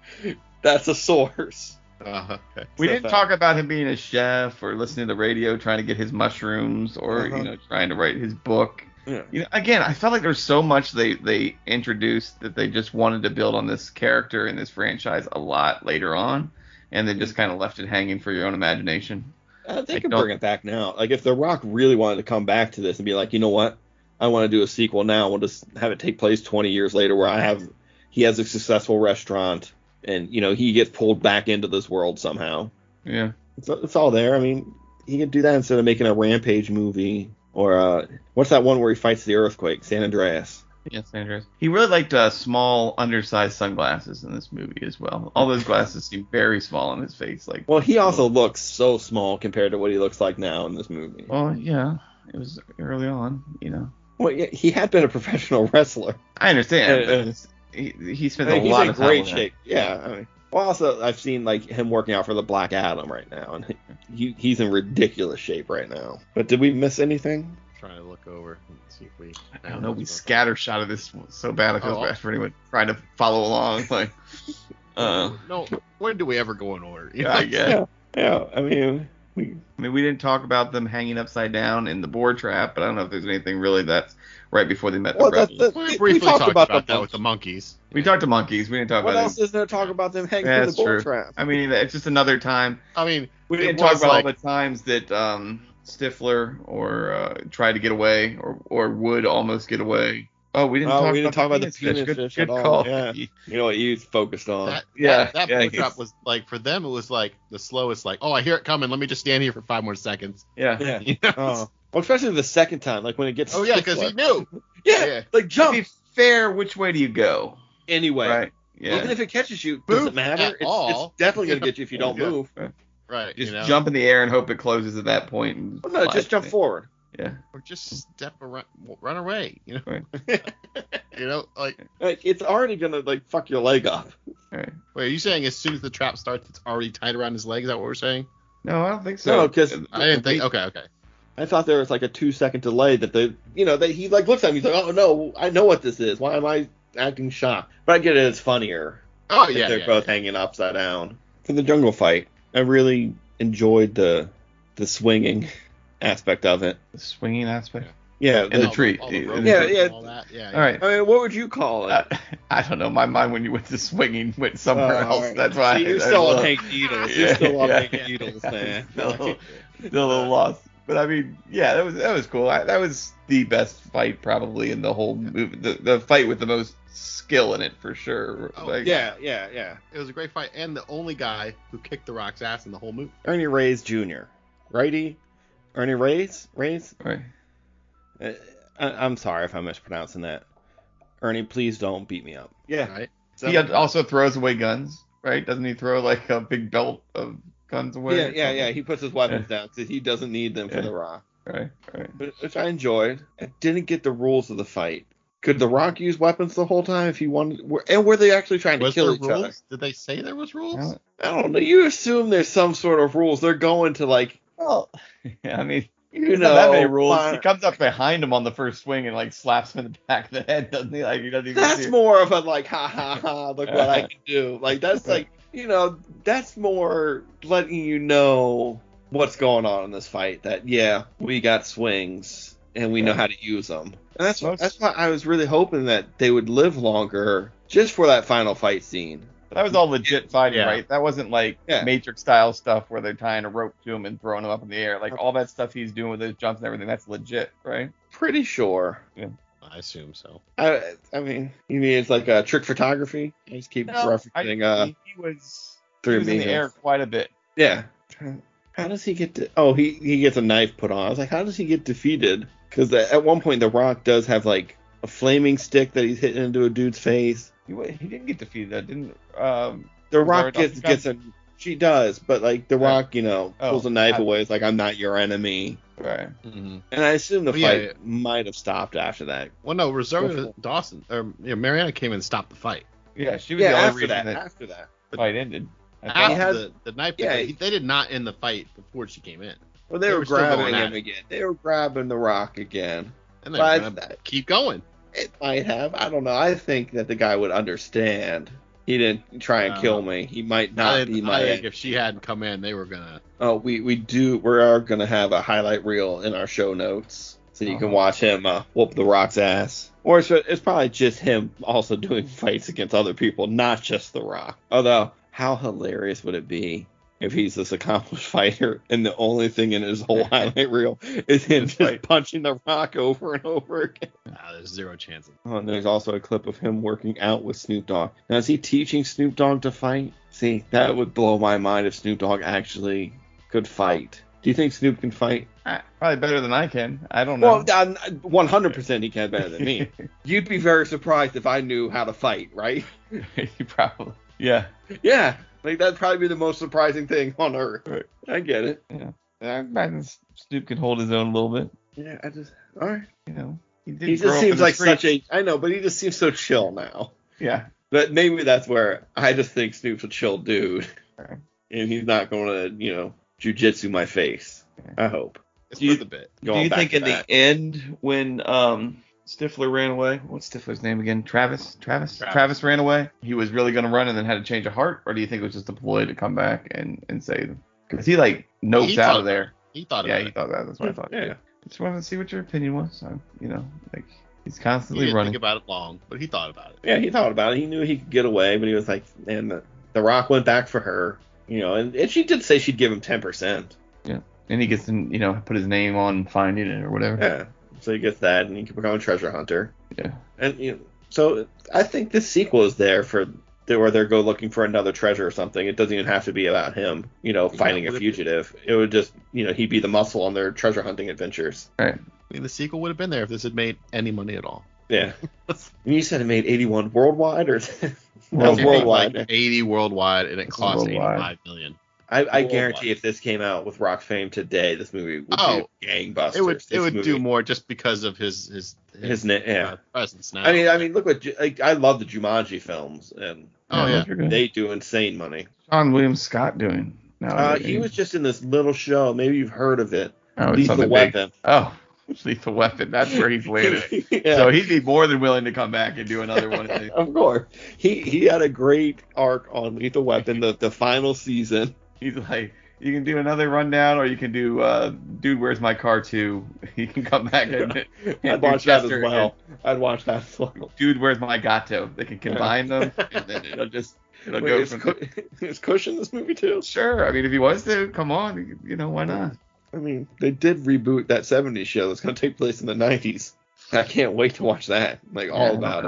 That's a source.
Uh, okay.
We
So
didn't
fat.
talk about him being a chef or listening to the radio trying to get his mushrooms or
Uh-huh.
you know trying to write his book.
Yeah.
You know, again, I felt like there's so much they they introduced that they just wanted to build on this character in this franchise a lot later on, and they
Mm.
just kind of left it hanging for your own imagination.
Uh, they
I
could
don't-
bring it back now. Like if The Rock really wanted to come back to this and be like, you know what, I want to do a sequel now. We'll just have it take place 20 years later, where I have he has a successful restaurant, and you know he gets pulled back into this world somehow.
Yeah.
It's, it's all there. I mean, he could do that instead of making a rampage movie or uh, what's that one where he fights the earthquake, San Andreas.
Yes, Andrews. He really liked uh, small, undersized sunglasses in this movie as well. All those glasses seem very small on his face. Like,
Well, he
Oh.
also looks so small compared to what he looks like now in this movie.
well, yeah, it was early on, you know.
Well, yeah, he had been a professional wrestler.
I understand.
Uh, uh,
but it's- he, he spends
I
a
mean,
lot
he's in
of time.
great
on that.
shape. Yeah. I mean, well, also I've seen like him working out for the Black Adam right now, and he he's in ridiculous shape right now. But did we miss anything?
Trying to look over and see if we.
I don't know. We scatter shot of this so bad. I feel
Oh.
bad for anyone trying to follow along. Like, uh,
No, when do we ever go in order?
yeah, I guess.
Yeah. I mean, we
I mean, we didn't talk about them hanging upside down in the boar trap, but I don't know if there's anything really that's right before they met
well,
the
that's
rebels.
the,
We
we,
briefly
talked, about, the
that with the monkeys.
we talked to monkeys. We didn't talk
What
about.
else
Them.
is there to talk about them hanging
Yeah,
through the
that's
bull
true.
trap?
I mean, it's just another time.
I mean,
We
It
didn't talk
was
about all
like-
the times that um, Stifler or uh, tried to get away, or or would almost get away. Oh, we didn't
Oh,
talk
we didn't
about
talk about the penis
Good-
fish
Good,
at all,
call.
yeah. You know what you focused on?
that,
Uh, Yeah,
that, that
yeah,
bull
he's-
trap was like for them. It was like the slowest. Like, oh, I hear it coming. Let me just stand here for five more seconds.
yeah.
yeah.
You know?
Oh. Well, especially the second time, like when it gets.
oh yeah, because he
stiffer.
knew.
Yeah, like
To
jump
be fair, which way do you go?
anyway.
Right. Yeah.
Even if it catches you,
Move
does it matter?
at
It's,
all.
it's definitely gonna get you if you don't
Yeah.
move.
Right.
just
you know?
jump in the air and hope it closes at that point. And
Well, Oh, no,
slide.
just jump forward.
Yeah.
or just step around, run away. You know.
Right.
you know, like,
Like it's already gonna like fuck your leg up.
All right.
wait, are you saying as soon as the trap starts, it's already tied around his leg? Is that what we're saying?
No, I don't think so.
No, 'cause-
I didn't think.
We-
Okay, okay.
I thought there was like a two second delay that they, you know, that he like looks at me. He's like, oh no, I know what this is. Why am I acting shocked? But I get it. It's funnier.
Oh
if
yeah.
they're
yeah,
both
yeah.
hanging upside down for the jungle fight. I really enjoyed the the swinging aspect of it.
oh.
the swinging aspect.
Yeah.
And the
the-
All
tree.
all the
Yeah,
ropes
yeah.
and all that, yeah,
All right.
I mean, what would you call it?
Uh, I don't know. My mind when you went to swinging went somewhere
Oh,
else.
alright.
That's why
See,
I,
you're
I
still on
love-
Hank Needles. You're
Yeah,
still on
yeah,
Hank
yeah.
Needles,
Yeah,
man.
still, a little- still a little lost. But I mean, yeah, that was that was cool. I, that was the best fight probably in the whole movie. The, the fight with the most skill in it for sure.
Oh,
Like,
Yeah, yeah, yeah.
It was a great fight, and the only guy who kicked the Rock's ass in the whole movie.
Ernie Reyes Jr. Righty, Ernie Reyes, Reyes.
Right.
Uh, I, I'm sorry if I'm mispronouncing that. Ernie, please don't beat me up. Yeah.
Right.
He had- also throws away guns, right? Doesn't he throw like a big belt of guns away?
yeah,
or
yeah, yeah.
something?
He puts his weapons down because he doesn't need them for
Yeah.
the Rock,
Right, right.
But- which I enjoyed. I didn't get the rules of the fight. Could the Rock use weapons the whole time if he wanted? were- And were they actually trying to
Was there
kill each
rules?
other?
Did they say there was rules?
Well,
I don't know. You assume there's some sort of rules. They're going to like
I mean,
you
not
know
that many rules.
fire-
He comes up behind him on the first swing and like slaps him in the back of the head, doesn't he? Like he doesn't even
that's
see it.
more of a like ha ha ha look what i can do like that's like you know that's more letting you know what's going on in this fight that yeah we got swings and we know how to use them and that's
Most-
that's why i was really hoping that they would live longer just for that final fight scene
That was all legit fighting,
Yeah.
right? That wasn't like
Yeah.
Matrix style stuff where they're tying a rope to him and throwing him up in the air. Like all that stuff he's doing with those jumps and everything, that's legit, right?
pretty sure
I assume so.
i i mean you mean it's like a trick photography i just keep
I-
referencing uh
he, he was, he
three
was in the
amigos.
air quite a bit.
Yeah. How does he get? De- oh, he he gets a knife put on. I was like, how does he get defeated? Because at one point, The Rock does have like a flaming stick that he's hitting into a dude's face.
He, wa- he didn't get defeated. That didn't. Um,
The
Laura
Rock
Dern
gets gets a. She does, but like The
Yeah.
Rock, you know,
Oh,
pulls a knife
I-
away. It's like I'm not your enemy.
right.
And I assume the
Well, yeah,
fight
yeah.
might have stopped after that.
Well, no, Rosario
Well,
Dawson or yeah, Mariana came in and stopped the fight.
Yeah, she was
Yeah,
the only
after
reason
that, Ah.
that
after that.
fight ended. I thought-
After
had-
the, the knife,
yeah,
they,
he-
they did not end the fight before she came in,
Well, they,
They
were,
were still going
grabbing
at
him
it.
again. They were grabbing The Rock again.
and they were
But
gonna keep going.
it might have. I don't know. I think that the guy would understand. He didn't try and
Uh,
kill me. He might
I
not be
think,
my.
I think if she hadn't come in, they were gonna.
Oh, we we do. We are gonna have a highlight reel in our show notes, so you
Uh-huh.
can watch him uh, whoop the Rock's ass. Or it's, it's probably just him also doing fights against other people, not just the Rock. Although, how hilarious would it be if he's this accomplished fighter and the only thing in his whole highlight reel is him just punching the Rock over and over again?
Nah, there's zero chance. Of
Oh, and there's also a clip of him working out with Snoop Dogg. Now, is he teaching Snoop Dogg to fight? See, that would blow my mind if Snoop Dogg actually could fight. Do you think Snoop can fight?
I, probably better than I can. I don't know.
Well, I'm- 100% he can better than me. You'd be very surprised if I knew how to fight, right?
you probably. Yeah.
Yeah, like that'd probably be the most surprising thing on earth.
Right.
I get it.
I imagine Snoop can hold his own a little bit.
Yeah, I just all right.
You know. did
He just
grow up in
seems
the
like
streets.
such a. I know, but he just seems so chill now.
Yeah.
But maybe that's where I just think Snoop's a chill dude,
Sure.
and he's not going to, you know, jujitsu my face. I hope.
it's
Do you-
worth a bit.
Going
Do you
back
think
to
in
that.
the end when um Stifler ran away, what's Stifler's name again? Travis? Travis? Travis,
Travis.
ran away. He was really gonna run and then had a change of heart, or do you think it was just a ploy to come back and and save them? Because he like noped
He
out
thought
of there.
He thought
Yeah,
about
he
it.
thought that. That's what I thought.
Yeah.
Just wanted to see what your opinion was. I, you know, like he's
He
constantly
didn't
running.
think about it long, but he thought about it.
Yeah, he thought about it. He knew he could get away, but he was like, and the, the Rock went back for her, you know, and, and she did say she'd give him 10%.
and he gets to you know put his name on finding it or whatever.
Yeah. So he gets that, and he can become a treasure hunter.
Yeah.
And, you know, so I think this sequel is there for where they go looking for another treasure or something. It doesn't even have to be about him, you know, finding
but
a
if-
fugitive. It would just, you know, he'd be the muscle on their treasure hunting adventures.
I mean, the sequel would have been there if this had made any money at all.
Yeah. And you said it made 81 worldwide, or that
Well,
was
it's
It made, like,
worldwide.
80 worldwide, and it
It's
cost
worldwide.
85 million.
I, I
worldwide.
guarantee if this came out with Rock fame today, this movie would
Oh,
be gangbusters.
It would
This
it would
movie-
do more just because of his his
his name. Yeah.
uh, presence now.
I mean, I mean, look what Ju- like, I love the Jumanji films, and
oh yeah,
those are good.
they do insane money.
Sean William Scott doing? No,
Uh, he was just in this little show. Maybe you've heard of it.
oh, it's
Lethal
something big.
Weapon.
Oh, lethal weapon. That's where he's landed.
Yeah.
So he'd be more than willing to come back and do another one. if they-
of course, he he had a great arc on Lethal Weapon, the the final season.
He's like, you can do another rundown, or you can do, uh, dude, where's my car? Two. You can come back and, and
I'd
do
watch that as
Chester
well. I'd watch that as well.
and dude, where's my Gato? They can combine them, and then it'll just it'll
Wait,
go
is,
from.
Cu- is Cush in this movie too?
Sure. I mean, if he wants to, come on. You know, why not?
I mean, they did reboot that 70s show that's going to take place in the 90s. I can't wait to watch that. Like, all about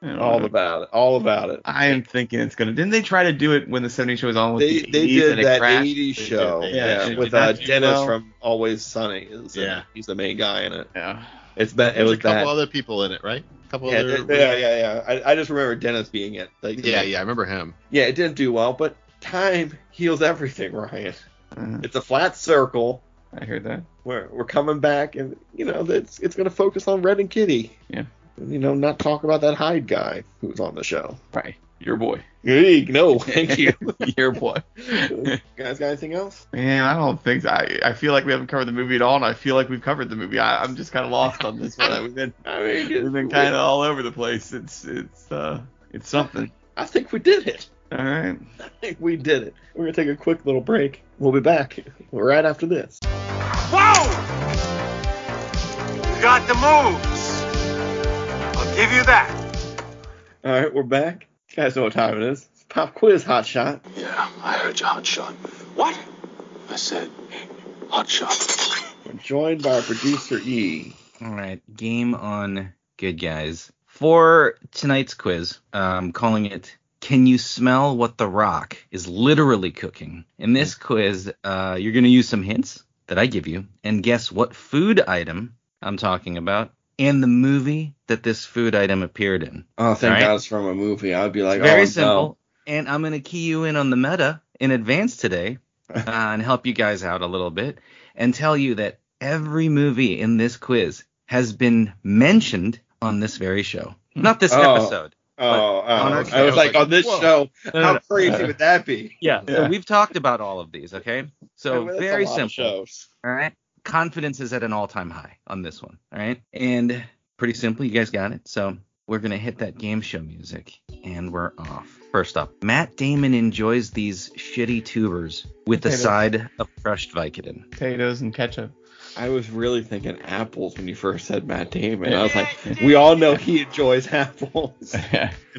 it. All about it. All about it.
I am thinking it's gonna. Didn't they try to do it when the 70 show was on with
They,
the
they
80s
did
and it
that
crashed?
80s
They did
show
that
yeah,
80s
with
show.
uh,
Did that do
Dennis
well?
from Always Sunny. Is-
Yeah.
He's the main guy in it.
Yeah.
It's been, it
there's a
was
couple
bad.
other people in it, right? A couple
yeah,
other.
th- yeah, yeah, yeah. I, I just remember Dennis being it. Like, the
yeah,
main-
yeah, I remember him.
Yeah, it didn't do well, but time heals everything, Ryan.
Uh,
It's a flat circle.
I heard that.
we're we're coming back, and you know it's it's gonna focus on Red and Kitty.
Yeah.
You know, not talk about that Hyde guy who was on the show.
Right. Your boy.
Eek, no, thank you.
Your boy.
guys, got anything else?
Man, I don't think so. I. I feel like we haven't covered the movie at all, and I feel like we've covered the movie. I, I'm just kind of lost on this one. We've been
I mean,
we've been kind of all over the place. It's it's uh it's something.
I think we did it.
All right.
I think we did it. We're gonna take a quick little break. We'll be back right after this.
Whoa! You got the moves. I'll give you that.
All right, we're back. You guys know what time it is. It's pop quiz, hot shot.
Yeah, I heard you hot shot. What? I said hot shot.
We're joined by our producer E.
All right, game on good guys. For tonight's quiz, I'm calling it Can You Smell What the Rock is Literally Cooking? In this quiz, uh, you're going to use some hints that I give you and guess what food item I'm talking about and the movie that this food item appeared in.
Oh, thank
All right.
God it's from a movie. I'd be like,
It's very
oh,
simple. And I'm going to key you in on the meta in advance today uh, and help you guys out a little bit and tell you that every movie in this quiz has been mentioned on this very show. Not this
Oh.
episode.
No. Oh,
on
oh.
our-
I was, like, on this
whoa.
show,
No, no,
how
no.
crazy would that be?
Yeah. So
Yeah.
we've talked about all of these, okay? So
I mean, that's a
very
lot
simple.
of shows.
All right. Confidence is at an all time high on this one. All right. And pretty simple. You guys got it. So We're going to hit that game show music and we're off. First up, Matt Damon enjoys these shitty tubers with a
Potatoes.
side of crushed Vicodin.
Potatoes and ketchup.
I was really thinking apples when you first said Matt Damon. I was like, we all know he enjoys apples.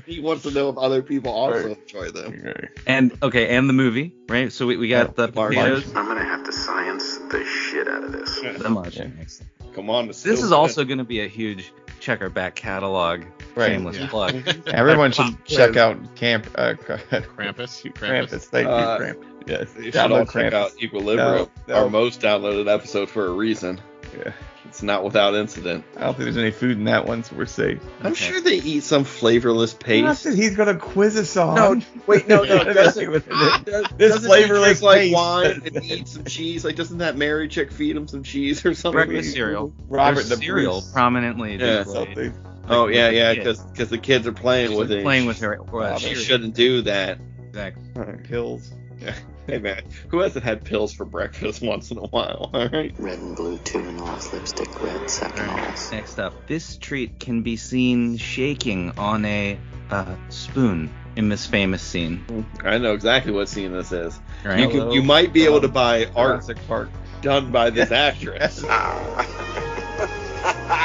he wants to know if other people also enjoy them.
And okay, and the movie, right? So we, we got the
March.
potatoes.
I'm gonna have to science the shit out of this.
The March.
Yeah.
Excellent.
Come on,
This is also going to be a huge check our back catalog.
Right.
Shameless plug.
Everyone should check out Camp uh,
Krampus.
Krampus. Thank you,
Uh,
Krampus. Yes.
You should all check
Krampus.
out Equilibrium,
No, no.
our most downloaded episode for a reason.
Yeah.
It's not without incident.
I don't think there's any food in that one, so we're safe.
I'm sure they eat some flavorless paste.
he's gonna quiz us on.
No, wait, no, no. doesn't-
It
does- doesn't
This
he
flavorless
drink, like
paste.
wine and eat some cheese. Like, doesn't that Mary chick feed him some cheese or something?
Breakfast cereal.
Robert
There's
the
cereal
Bruce.
prominently
Yeah.
displayed.
Oh yeah, yeah,
Yeah.
because the kids are playing with it.
Playing with her. well,
She
cereal,
shouldn't do that.
Exactly.
Pills.
Hey man, who hasn't had pills for breakfast once in a while? All right.
Red and blue tuberanols, lipstick red, saccanols.
Next up, this treat can be seen shaking on a uh, spoon in this famous scene.
I know exactly what scene this is.
Right?
You can, you might be able to buy art
Jurassic Park.
done by this actress.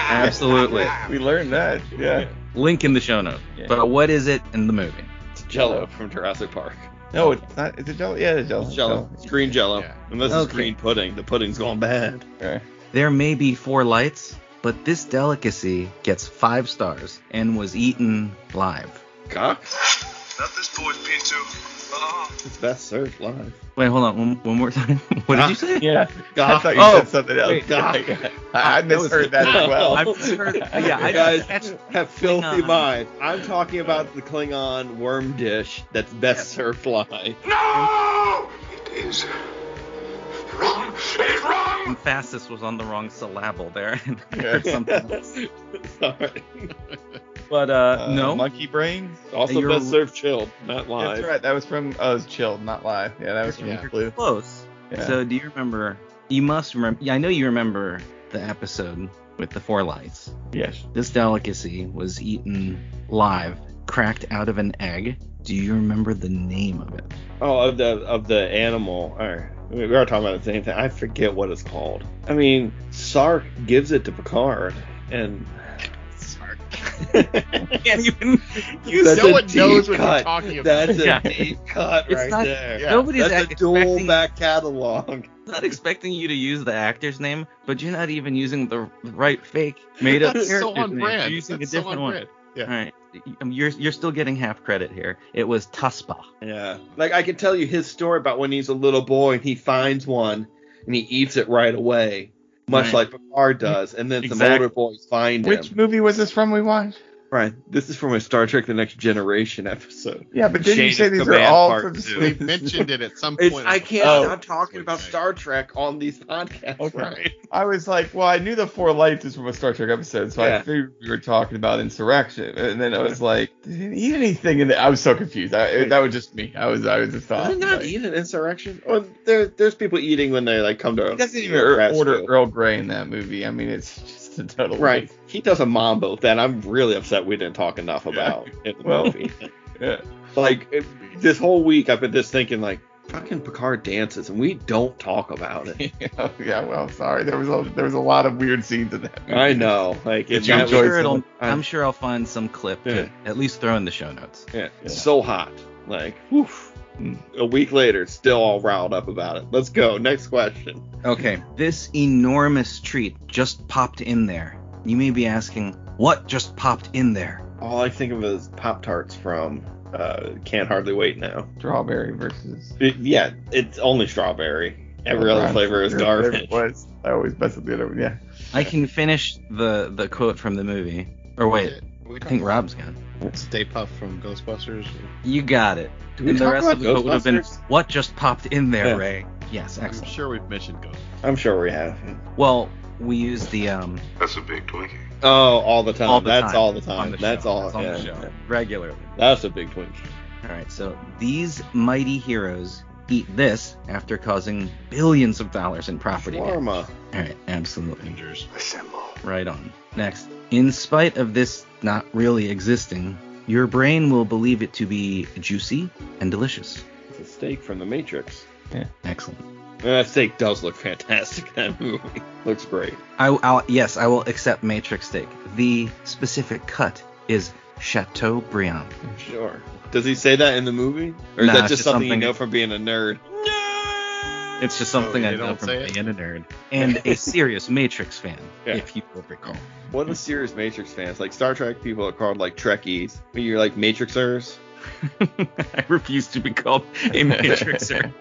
Absolutely.
We learned that. Yeah.
Link in the show notes.
Yeah.
But what is it in the movie?
It's Jello from Jurassic Park.
No, it's not. Is it Jello? Yeah, it's Jello.
It's Jello. It's green Jello.
Yeah.
And this is
Okay.
green pudding. The pudding's gone bad.
Right.
There may be four lights, but this delicacy gets five stars and was eaten live.
Cock.
Not this boy's pinto. Uh-huh.
It's best served live.
Wait, hold on. One, one more time. what did you say?
Yeah. I
Cock.
thought you
Oh,
said something else.
wait, God.
Yeah. I, I misheard that as well.
I've just heard. Yeah, I
You guys
that's-
have filthy
Klingon.
minds. I'm talking about the Klingon worm dish that's best served live.
No! It is wrong. It is wrong!
emphasis was on the wrong syllable there. I
Yeah.
heard something else.
Sorry.
But uh, no.
Monkey brains.
Also
You're-
best served chilled, not live.
That's right. That was from. Oh, it's chilled, not live. Yeah, that was from
Yeah.
Blue.
Close.
Yeah.
So do you remember? You must remember. Yeah, I know you remember the episode with the four lights.
yes.
This delicacy was eaten live, cracked out of an egg. Do you remember the name of it?
Oh, of the of the animal. All right. I mean, we are talking about the same thing. I forget what it's called. I mean, Sark gives it to Picard, and
Sark.
Can't even.
you
no one knows what you're talking about.
That's a
Yeah.
deep cut
It's
right
not-
there.
Yeah.
Nobody's
That's a
ac-
dual
expecting,
back catalog.
not expecting you to use the actor's name, but you're not even using the the right fake made up
That's
character's
so on
name.
brand.
You're using
That's
a
so
different
on
one.
brand. Yeah.
All right, Um, you're you're still getting half credit here. It was Tuspa.
Yeah. Like I can tell you his story about when he's a little boy and he finds one and he eats it right away, much
Right.
like Picard does, and then some
Exactly.
older boys find
Which
him.
movie was this from we watched?
Right. This is from a Star Trek: The Next Generation episode.
Yeah, but didn't you
Shade
say
of
these are
Command
all
Part
from
Two.
They
Sleep?
mentioned it at some
It's,
point.
I can't
Oh.
stop talking about Star Trek on these podcasts.
Okay.
Right.
I was like, well, I knew the Four Lights is from a Star Trek episode, so
Yeah.
I figured we were talking about insurrection. And then I was like, did he eat anything in there? I was so confused. I, it- that was just me. I was, I was just
Does
off.
it not
Like,
eat an insurrection? Well, there, there's people eating when they like come to.
he doesn't even
a
er-
fast
order
food.
Earl Grey in that movie. I mean, it's just a total
Right.
waste.
He does a mambo that I'm really upset we didn't talk enough about in the
Well-
movie.
Yeah.
Like it- this whole week, I've been just thinking like, fucking Picard dances, and we don't talk about it.
Oh, yeah. Well, sorry. There was a, there was a lot of weird scenes in that. Movie.
I know. Like
Did
and
you
that
I'm
was-
enjoy
sure, it'll,
I-
I'm sure I'll find some clip to at least throw in the show notes.
Yeah,
Yeah.
so hot. Like, whew.
Mm.
A week later, still all riled up about it. Let's go. Next question.
Okay, this enormous treat just popped in there. You may be asking, what just popped in there?
All I think of is Pop Tarts from uh, Can't Hardly Wait Now.
Strawberry versus.
It- yeah, it's only strawberry. Oh, Every other
I'm
flavor is
sure there
garbage.
Was. I always mess up the other one. Yeah.
I can finish the the quote from the movie. Or oh, wait, I think Rob's gone.
Stay Puff from Ghostbusters.
You got it.
Did we
and the
talk
rest of
about
the quote would have been,
Ghostbusters?
what just popped in there,
Yeah.
Ray? Yes,
I'm
excellent.
sure we've mentioned Ghostbusters.
I'm sure we have.
Well, we used the um
That's a big Twinkie.
Oh, all the time.
all the
That's
time
all the
on
time.
the
That's
show.
all.
That's on the
yeah,
show
yeah.
regularly.
That's a big twinge.
All right, so these mighty heroes eat this after causing billions of dollars in property. damage.
Shawarma.
All right, absolutely.
Avengers.
Assemble.
Right on. Next, in spite of this not really existing, your brain will believe it to be juicy and delicious.
It's a steak from The Matrix.
Excellent.
And that steak does look fantastic. in That movie looks great.
I, I'll, yes, I will accept Matrix steak. The specific cut is Chateaubriand.
Sure. Does he say that in the movie, or is
Nah,
that
it's
just
just
something, you
something-
know from being a nerd?
It's just something
Oh,
I
they
know
don't
from
say it?
being a nerd and a serious Matrix fan,
Yeah.
if you will recall.
What the serious Matrix fans like Star Trek people are called like Trekkies, but you're like Matrixers.
I refuse to be called a Matrixer.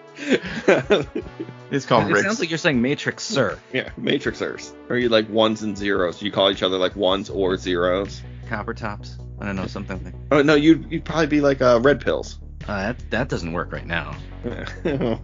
It's called
it
Rick's.
sounds like you're saying Matrix, sir.
yeah, Matrixers. Or you like ones and zeros. You call each other like ones or zeros.
Copper tops. I don't know something. Like,
Oh no, you'd you'd probably be like uh, red pills.
uh, that that doesn't work right now.
no,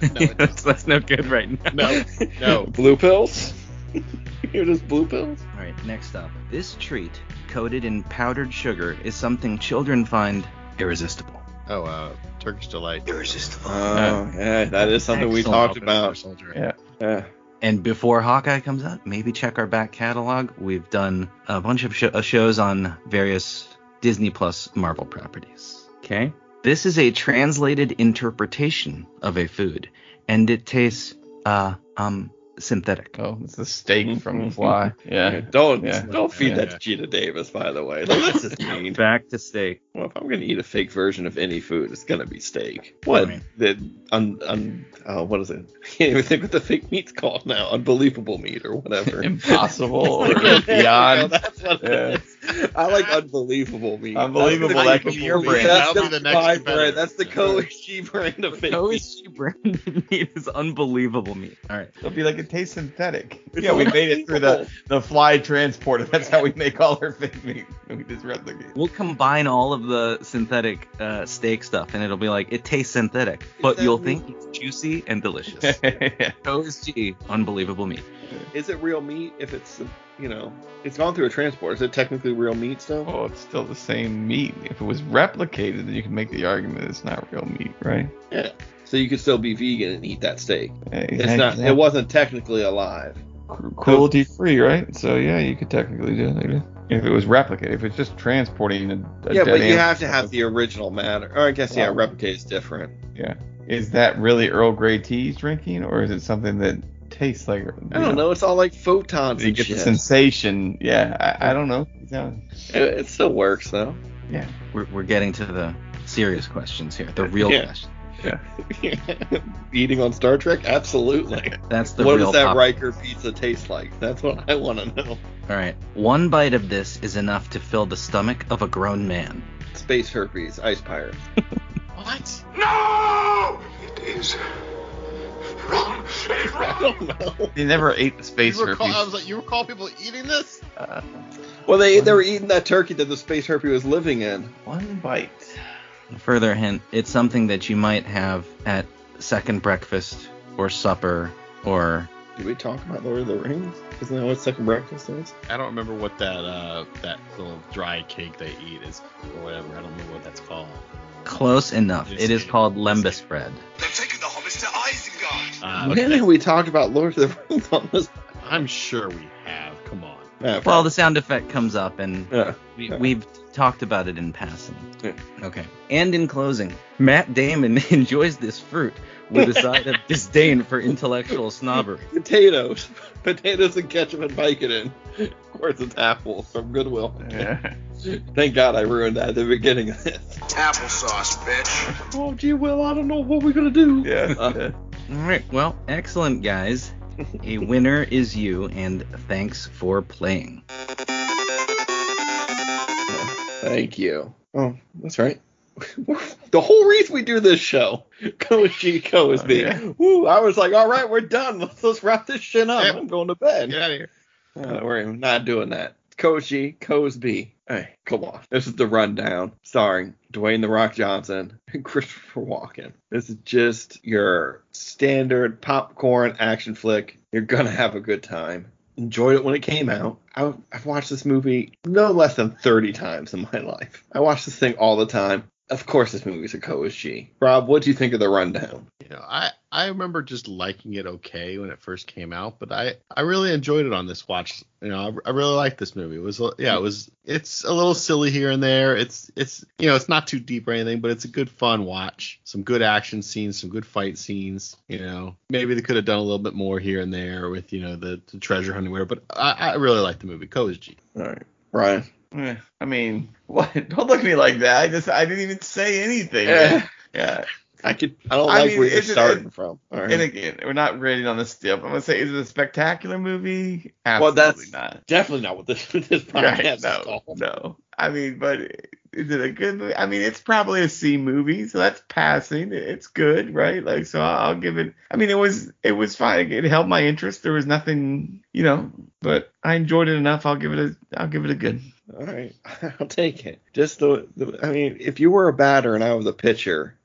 that's, that's no good right now.
No, no.
blue pills. you're just blue pills.
All right, next up. This treat, coated in powdered sugar, is something children find irresistible.
Oh, uh, Turkish delight.
Oh
Irresistible.
yeah, that is something we
Excellent.
talked about.
Soldier.
Yeah.
Yeah.
And before Hawkeye comes out, maybe check our back catalog. We've done a bunch of sho- uh, shows on various Disney Plus Marvel properties. Okay. This is a translated interpretation of a food, and it tastes uh um synthetic.
Oh, it's a steak from the fly.
Mm-hmm. Yeah,
Yeah.
don't
Yeah.
don't feed
Yeah.
that to Gina Davis, by the way. Like, that's just mean.
Back to steak.
Well, if I'm gonna eat a fake version of any food, it's gonna be steak. What?
Right.
The un, un, uh, what is it? I can't even think what the fake meat's called now. Unbelievable meat or whatever.
Impossible or
No,
beyond.
that's what it is. I like unbelievable meat.
Unbelievable,
That's
that
the-
could be your
that's-
brand.
That's,
That'll be the next
my
competitor.
brand. That's the
Yeah.
Koichi brand of fake meat.
Koichi branded meat is unbelievable meat. All right.
It'll be like it tastes synthetic.
It's
yeah, we made it through the, the fly transporter. That's how we make all our fake meat. We just replicate.
We'll combine all of the synthetic uh, steak stuff, and it'll be like it tastes synthetic, but
that
you'll
meat?
think it's juicy and delicious.
yeah.
OSG, unbelievable meat.
Is it real meat if it's you know it's gone through a transport? Is it technically real meat still?
Well, it's still the same meat. If it was replicated, then you can make the argument it's not real meat, right?
So you could still be vegan and eat that steak. It's
Yeah,
not. It
yeah.
wasn't technically alive.
Cru- cruelty free, right? So yeah, you could technically do it. I guess. If it was replicated, if it's just transporting a, a
yeah,
dead
but you
animal-
have to have the original matter. Or I guess yeah,
Well-
replicate is different.
Is that really Earl Grey tea he's drinking, or is it something that tastes like?
I don't know. It's all like photons
You
and
get the
shit.
sensation. Yeah, I, I don't know. Yeah.
it, it still works though.
We're, we're getting to the serious questions here, the real
Yeah.
questions.
Eating on Star Trek, absolutely.
That's the
What
real.
does that
pop-
Riker pizza taste like? That's what I want to know.
All right, one bite of this is enough to fill the stomach of a grown man.
Space herpes, ice pirate.
What?
No! It is wrong. It's wrong.
They never ate the space
You recall,
herpes.
I was like, you recall people eating this?
Uh,
Well, they they were eating that turkey that the space herpy was living in.
one bite.
A further hint: it's something that you might have at second breakfast or supper or
Did we talk about Lord of the Rings? Isn't that what second breakfast is?
I don't remember what that uh that little dry cake they eat is or whatever. I don't remember what that's called.
close enough. It is called lembas bread.
They're taking the hobbits to Isengard.
Uh,
When have we talked about Lord of the Rings on this?
I'm sure we have. Come on.
Yeah,
Well, the sound effect comes up, and
yeah.
we,
Yeah.
we've talked about it in passing.
Yeah.
Okay. And in closing, Matt Damon enjoys this fruit with a side of disdain for intellectual snobbery.
potatoes, potatoes and ketchup and bacon in. Of course, it's apples from Goodwill.
Yeah.
Thank God I ruined that at the beginning of this.
Applesauce, bitch.
Oh, gee, Will, I don't know what we're gonna do.
Yeah.
Uh,
All right. Well, excellent, guys. A winner is you, and thanks for playing.
Thank you. Oh, that's right. the whole reason we do this show, Koichi Ko is
Oh,
me.
yeah.
Woo, I was like, all right, we're done. Let's, let's wrap this shit up.
Yeah.
I'm going to bed.
Get out of here.
Uh, we're not doing that. Koji Cosby. Hey, come on. This is the rundown starring Dwayne the Rock Johnson and Christopher Walken. This is just your standard popcorn action flick. You're gonna have a good time. Enjoyed it when it came out. I, I've watched this movie no less than 30 times in my life. I watch this thing all the time. Of course, this movie's a Koichi. Rob, what do you think of the rundown?
You know, I I remember just liking it okay when it first came out, but I I really enjoyed it on this watch. You know, I, I really liked this movie. It was yeah, it was it's a little silly here and there. It's it's you know, it's not too deep or anything, but it's a good fun watch. Some good action scenes, some good fight scenes. You know, maybe they could have done a little bit more here and there with you know the, the treasure hunting, where. But I, I really liked the movie. Koji.
All right, Ryan.
Eh, I mean, what? Don't look at me like that. I just I didn't even say anything.
Eh.
Yeah.
I could. I don't
I
like
mean,
where you're
it's-
starting
it's-
from. All right.
And again, we're not rating on this stuff. I'm gonna say, is it a spectacular movie?
Well,
Absolutely
that's-
not.
Definitely not what this this podcast
Right?
is
No,
called.
no. I mean, but is it a good movie? I mean, it's probably a C movie, so that's passing. It's good, right? Like, so I'll give it. I mean, it was it was fine. It held my interest. There was nothing, you know, but I enjoyed it enough. I'll give it a I'll give it a good.
All right, I'll take it. Just the, the, I mean, if you were a batter and I was a pitcher,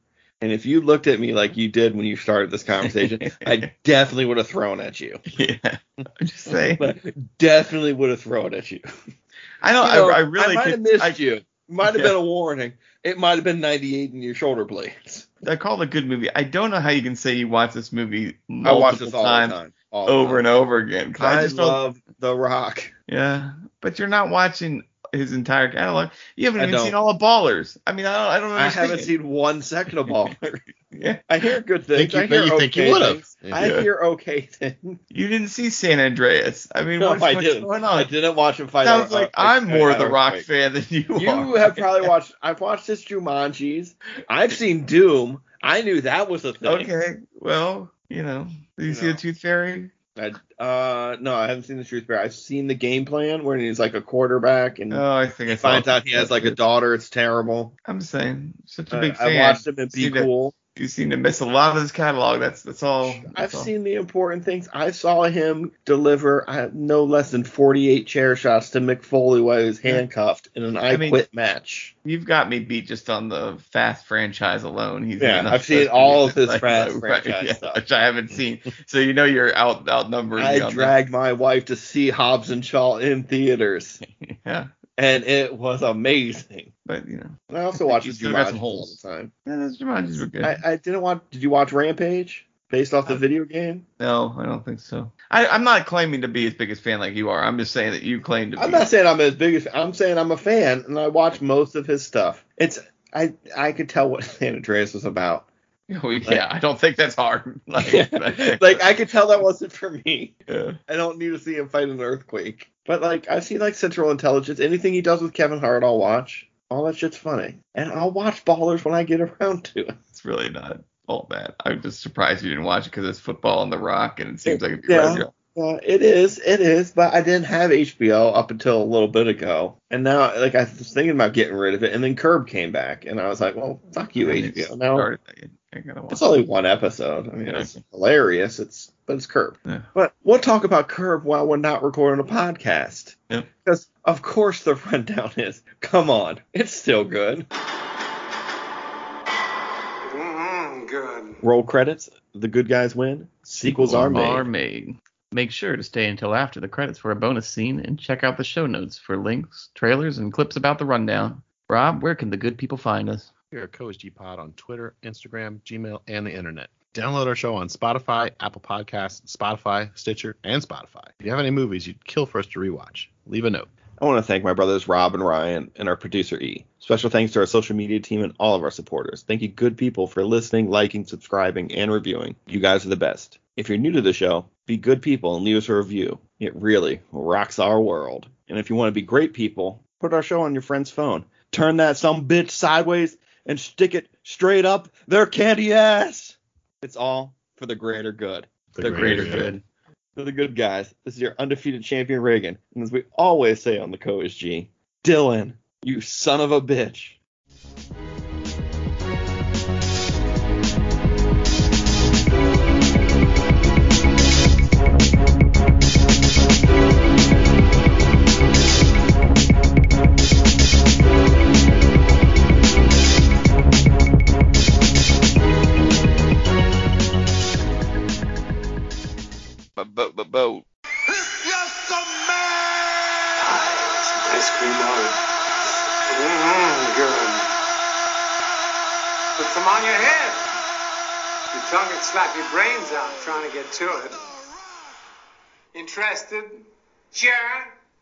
and if you looked at me like you did when you started this conversation, I definitely would have thrown at you.
Yeah, I'm just saying.
But definitely would have thrown at you.
I don't.
You know,
I, I really
might
could-
have missed
I-
you. Might have
Yeah.
been a warning. It might have been 98 in your shoulder blades.
I call it a good movie. I don't know how you can say you watch this movie
I
multiple
watch this all
times
the time, all the
over and
time.
over again. 'cause I,
I,
just don't.
love The Rock.
Yeah, but you're not watching his entire catalog. You haven't
I
even
don't.
seen all of Ballers. I mean, I don't. I don't
I
understand.
haven't seen one second of Baller.
Yeah,
I hear good things.
Think you-
I hear
you
okay
think you would've.
things. I
Yeah.
hear okay things.
you didn't see San Andreas. I mean,
No,
what's,
I
what's
didn't.
going
I
on?
didn't watch him fight.
Sounds
a-
like
a-
i I'm
a-
more
a-
the Rock
earthquake.
fan than you, are.
You have probably watched. I've watched this Jumanji's. I've seen Doom. I knew that was a thing.
Okay, well, you know, did you see
No.
the Tooth Fairy?
I, uh, no, I haven't seen the Truth Bear. I've seen the game plan where he's like a quarterback and
Oh, I think I saw
finds
it.
out he has like a daughter. It's terrible.
I'm saying, such a
I,
big
I
fan.
watched him in Be
See that-
Cool.
You seem to miss a lot of his catalog. That's that's all.
I've
that's all.
seen the important things. I saw him deliver uh, no less than 48 chair shots to Mick Foley while he was handcuffed in an I,
mean-
Quit match.
You've got me beat just on the Fast franchise alone. He's
Yeah,
in
I've
the-
seen all of his
Like,
Fast
right,
franchise
yeah,
stuff.
which I haven't seen. So you know you're out outnumbered. me
I
on
dragged my wife to see Hobbs and Shaw in theaters,
that. Yeah,
and it was amazing.
but you know,
And I also watched
You
the
still got some
Jumanji all
holes.
the time.
yeah, those Jumanjis were good.
I, I didn't watch. Did you watch Rampage? Based off the video game?
no, I don't think so. I, I'm not claiming to be his biggest fan like you are. I'm just saying that you claim to
I'm
be.
not saying I'm his biggest. I'm saying I'm a fan, and I watch most of his stuff. It's I I could tell what San Andreas was about.
Oh, yeah, I don't think that's hard. Like,
like I could tell that wasn't for me.
yeah.
I don't need to see him fight an earthquake. But like I've seen like Central Intelligence, anything he does with Kevin Hart, I'll watch. All that shit's funny, and I'll watch Ballers when I get around to it.
it's really not all bad. I'm just surprised you didn't watch it because it's football on the rock, and it seems like it'd be
Yeah.
right-
Uh, it is, it is, but I didn't have HBO up until a little bit ago, and now like I was thinking about getting rid of it, and then Curb came back, and I was like, well, fuck you,
I mean, it's
HBO. Now
started- I gotta watch
it's only one episode. I mean,
Yeah.
it's hilarious. It's but it's Curb.
Yeah.
But we'll talk about Curb while we're not recording a podcast.
Yeah.
Because of course the rundown is. Come on, it's still good.
Mm-hmm, good.
Roll credits. The good guys win. Sequels are made.
made. Make sure to stay until after the credits for a bonus scene and check out the show notes for links, trailers, and clips about the rundown. Rob, where can the good people find us?
We are Coach G Pod on Twitter, Instagram, Gmail, and the internet. Download our show on Spotify, Apple Podcasts, Spotify, Stitcher, and Spotify. If you have any movies you'd kill for us to rewatch, leave a note.
I want to thank my brothers Rob and Ryan and our producer E. Special thanks to our social media team and all of our supporters. Thank you, good people, for listening, liking, subscribing, and reviewing. You guys are the best. If you're new to the show, be good people and leave us a review. It really rocks our world. And if you want to be great people, put our show on your friend's phone. Turn that some bitch sideways and stick it straight up their candy ass. It's all for the greater good The greater good. to the good guys. This is your undefeated champion Reagan, and as we always say on the Coach G, Dylan, you son of a bitch.
Bo-bo-bo-bo.
Ice cream on. Mm-hmm, good. them on your head. Your tongue would slap your brains out trying to get to it. Interested? Sure.